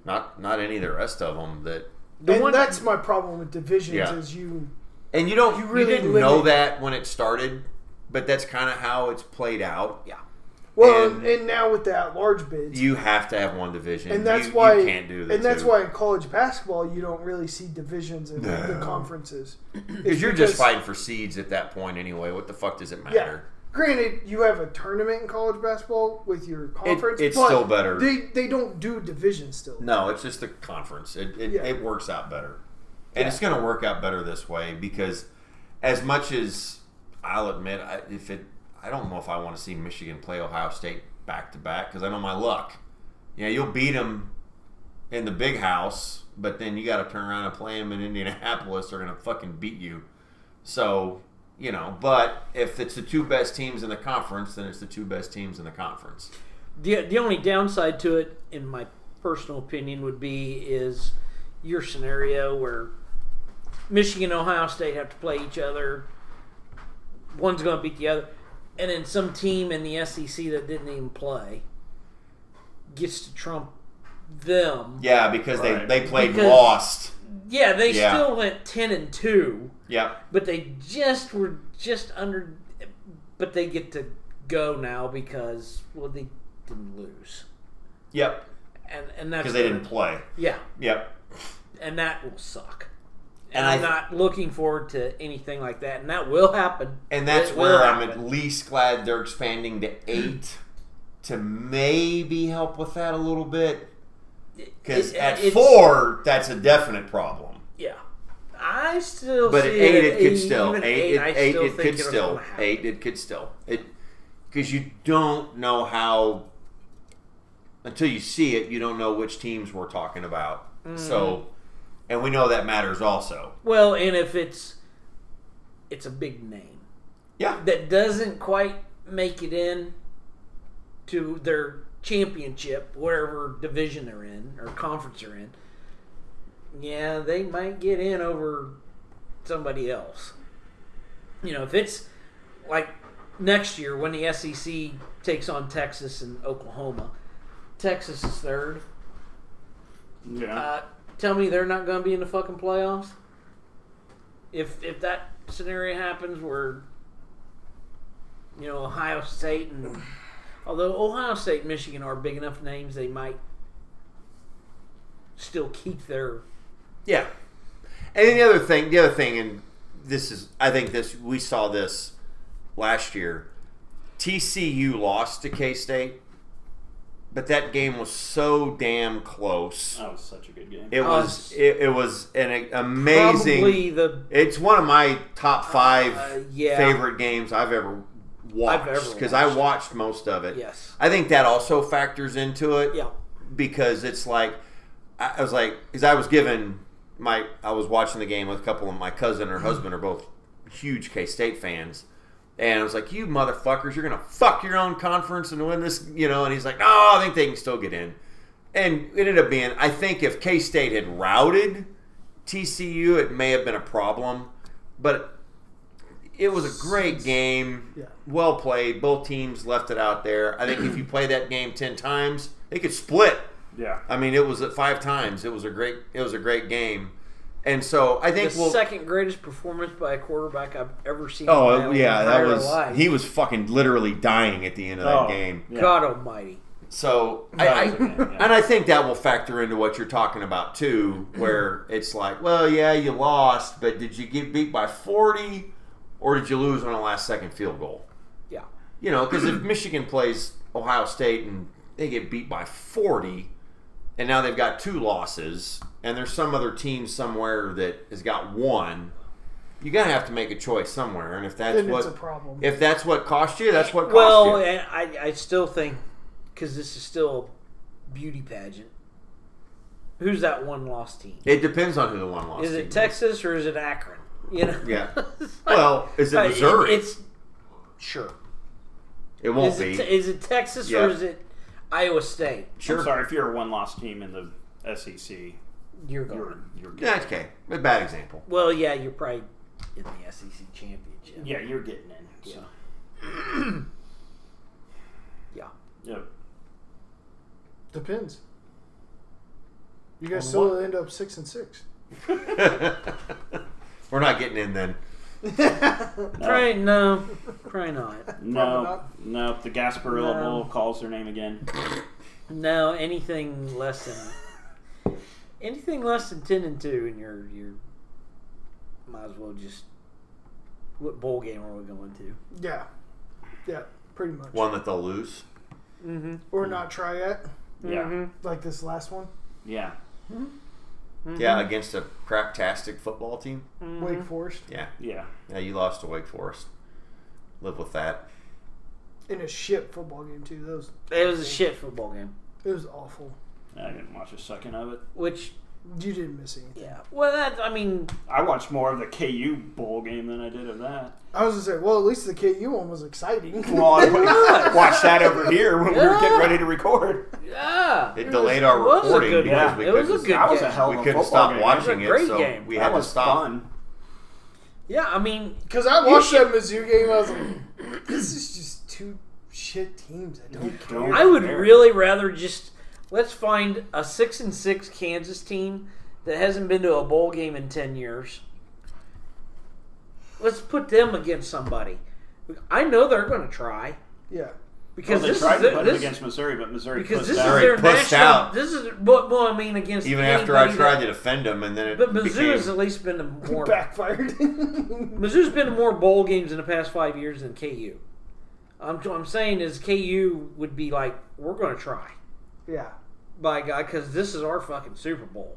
not not any of the rest of them that
the
and
one
that's my problem with divisions
Yeah.
is you.
and you don't
You
you,
really
didn't know
limit-
that when it started but that's kind of how it's played out
yeah.
Well,
And-
and, now with that large bids,
you have to have one division
and that's
You- you
why
can't do the
and that's
two.
why in college basketball you don't really see divisions in the conferences
because you're just fighting for seeds at that point anyway what the fuck does it
Yeah,
matter
granted, you have a tournament in college basketball with your conference.
it's
but
still better.
They they don't do divisions still.
No, it's just the conference. It it,
Yeah.
it works out better, and it's going to work out better this way because, as much as I'll admit, I, if it, I don't know if I want to see Michigan play Ohio State back to back because I know my luck. Yeah, you'll beat them in the big house, but then you got to turn around and play them in Indianapolis. They're going to fucking beat you. So you know, but if it's the two best teams in the conference, then it's the two best teams in the conference.
The the only downside to it, in my personal opinion, would be is your scenario where Michigan and Ohio State have to play each other. One's going to beat the other, and then some team in the SEC that didn't even play gets to trump them.
Yeah, because
Right.
they they played
Because-
lost.
Yeah, they
Yeah.
still went ten and two,
Yep.
but they just were just under. But they get to go now because well they didn't lose,
Yep.
and and that's
Because they didn't play.
Yeah,
Yep.
and that will suck. And,
And I-
I'm not looking forward to anything like that, and that will happen.
And that's
It will
where I'm at
happen.
least glad they're expanding to eight to maybe help with that a little bit. Because
It-
at
it's-
four, that's a definite problem.
yeah, I still.
But
see
at eight, it could
eight-
still.
even
Eight,
I
it, eight,
still
it
think
could
it'll
still.
happen.
Eight, it could still. It because you don't know how until you see it, you don't know which teams we're talking about.
Mm-hmm.
So, and we know that matters also.
Well, and if it's it's a big name
Yeah,
that doesn't quite make it in to their championship, whatever division they're in or conference they're in, yeah, they might get in over somebody else. You know, if it's like next year when the SEC takes on Texas and Oklahoma, Texas is third.
Yeah.
Uh, tell me they're not going to be in the fucking playoffs. If if that scenario happens, where you know Ohio State and although Ohio State, and Michigan are big enough names, they might still keep their
Yeah. And then the other thing, the other thing, and this is, I think this we saw this last year. TCU lost to K State, but that game was so damn close.
Uh,
that was such a good game.
It was,
Us.
it, it was an amazing.
uh, probably the
It's one of my top five
Uh, yeah.
favorite games I've ever
I've ever
watched because I
watched.
watched most of it.
yes
I think that also factors into it
yeah
because it's like I I was like because I was given my I was watching the game with a couple of my cousin and her husband are both huge K State fans, and I was like, "You motherfuckers, you're gonna fuck your own conference and win this," you know. And he's like, "No, I think they can still get in," and it ended up being I think if K State had routed TCU, it may have been a problem, but. It was a great game.
Yeah.
Well played. Both teams left it out there. I think if you play that game 10 times, they could split
Yeah.
I mean, it was at five times. It was a great. It was a great game, and so I
the
think we'll.
second greatest performance by a quarterback I've ever seen. in my
oh yeah, that
entire
was
life.
he was fucking literally dying at the end of
Oh.
that game.
Yeah.
God Almighty.
So I,
That
I
was a game, yeah.
and I think that will factor into what you're talking about too, where it's like, well, yeah, you lost, but did you get beat by forty, or did you lose on a last second field goal?
Yeah.
You know, because if Michigan plays Ohio State and they get beat by 40, and now they've got two losses, and there's some other team somewhere that has got one, you're gonna have to make a choice somewhere. And if that's
Then it's a
what
problem.
if that's what cost you, that's what cost
Well,
you.
and I, I still think because this is still a beauty pageant. Who's that one lost team?
It depends on who the one lost.
Is
team
it Texas or is it Akron? You know.
Yeah.
It's like-
Well, is it
uh,
Missouri?
it's sure.
It won't
Is
be.
it, is it Texas
Yeah.
or is it Iowa State?
I'm
sure.
sorry, if you're a one loss team in the SEC,
You're going.
you're, you're
Yeah,
getting,
okay. A bad example.
well, yeah, you're probably in the SEC championship.
yeah, you're getting in. So.
Yeah.
Yep.
Depends. You guys still end up six and six.
We're not getting in then.
No,
Probably no. Probably not.
Probably
no,
not.
no. If the Gasparilla
No.
Bowl calls their name again,
No, anything less than anything less than ten and two, and you're you're might as well just what bowl game are we going to?
Yeah, yeah, pretty much.
One that they'll lose.
Mm-hmm.
Or not try it
yeah,
like this last one.
yeah.
Mm-hmm.
Yeah, against a craptastic football team.
Wake Forest
Yeah.
Yeah.
Yeah, you lost to Wake Forest. Live with that.
in a shit football game too. That was
It was a shit football game.
it was awful.
I didn't watch a second of it.
Which
You didn't miss anything.
yeah, well that I mean
I watched more of the KU bowl game than I did of that.
I was gonna say, well, at least the KU one was exciting.
Well, I watched that over here when we were getting ready to record.
yeah,
It delayed our
was a
recording
good
because
one.
we
It was a
couldn't,
good
That was a
game.
hell of
we
a
couldn't
football
stop
game.
It was
watching
a
it,
great
so
game.
we
That
had to
was
stop.
fun.
yeah. I mean
Because I watched that Mizzou game, I was like, this is just two shit teams. I don't care.
don't-
I would
Fair.
really rather just let's find a six and six Kansas team that hasn't been to a bowl game in ten years. Let's put them against somebody. I know they're going to try
Yeah,
Well,
because
they
this
tried to
is their,
put it
this,
against Missouri, but Missouri
because
pushed
this
out.
is
Missouri
their
pushed
national.
out.
This is what well, I mean against
Even after I
anybody that-
tried to defend them, and then it
But
became,
Mizzou's at least been to more.
backfired.
Mizzou's been to more bowl games in the past five years than KU. I'm, what I'm saying is KU would be like, we're going to try.
yeah,
by God, because this is our fucking Super Bowl.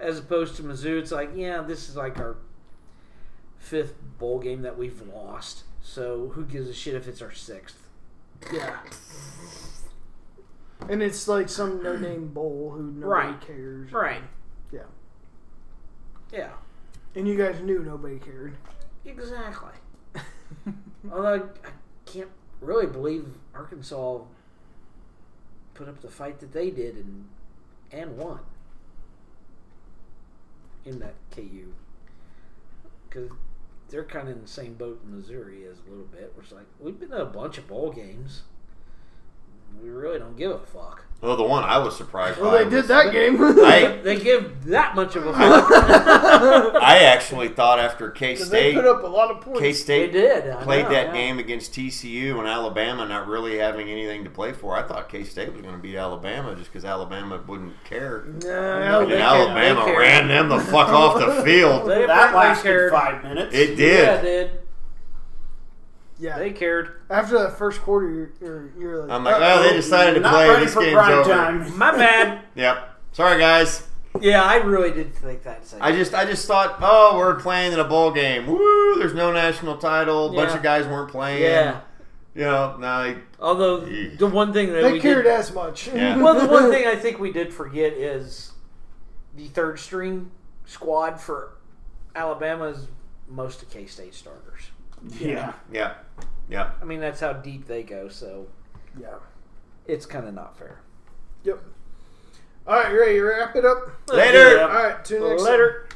As opposed to Mizzou, it's like, yeah, this is like our fifth bowl game that we've lost. So who gives a shit if it's our sixth?
yeah. And it's like some no name bowl who nobody
Right.
cares.
Right.
Yeah.
Yeah.
And you guys knew nobody cared.
Exactly. Although I, I can't really believe Arkansas put up the fight that they did and and won in that KU because they're kind of in the same boat in Missouri is a little bit. Which like we've been to a bunch of bowl games. We really don't give a fuck.
Well, the one I was surprised
Well,
by.
they did
was-
that game.
I,
They give that much of a fuck.
I actually thought after K
they
State,
put up a lot of
K
points.
they
State
did. I
played
know,
that
yeah.
game against TCU and Alabama, not really having anything to play for. I thought K State was going to beat Alabama just because Alabama wouldn't care.
Nah,
And
Alabama-
Alabama
cared.
ran them the fuck off the field.
They
That
apparently
lasted
cared.
five minutes.
It did.
Yeah, did.
yeah.
They cared.
After that first quarter, you're, you're, you're like,
I'm like, well, they decided to
Not
play.
ready
This
for
game's
prime
over.
time.
My bad.
Yep. Sorry, guys.
Yeah, I really did think that. Second.
I just I just thought, oh, we're playing in a bowl game. Woo! There's no national title. Bunch
Yeah.
of guys weren't playing.
yeah.
You know, now they-
Although
Eesh.
the one thing that
they
we
cared
did,
as much.
Yeah.
well, the one thing I think we did forget is the third string squad for Alabama's most of K State starters.
Yeah.
yeah, yeah.
I mean, that's how deep they go. So
Yeah.
it's kind of not fair.
Yep. All right, you ready to wrap it up?
Later.
All right, two next. time.
Later.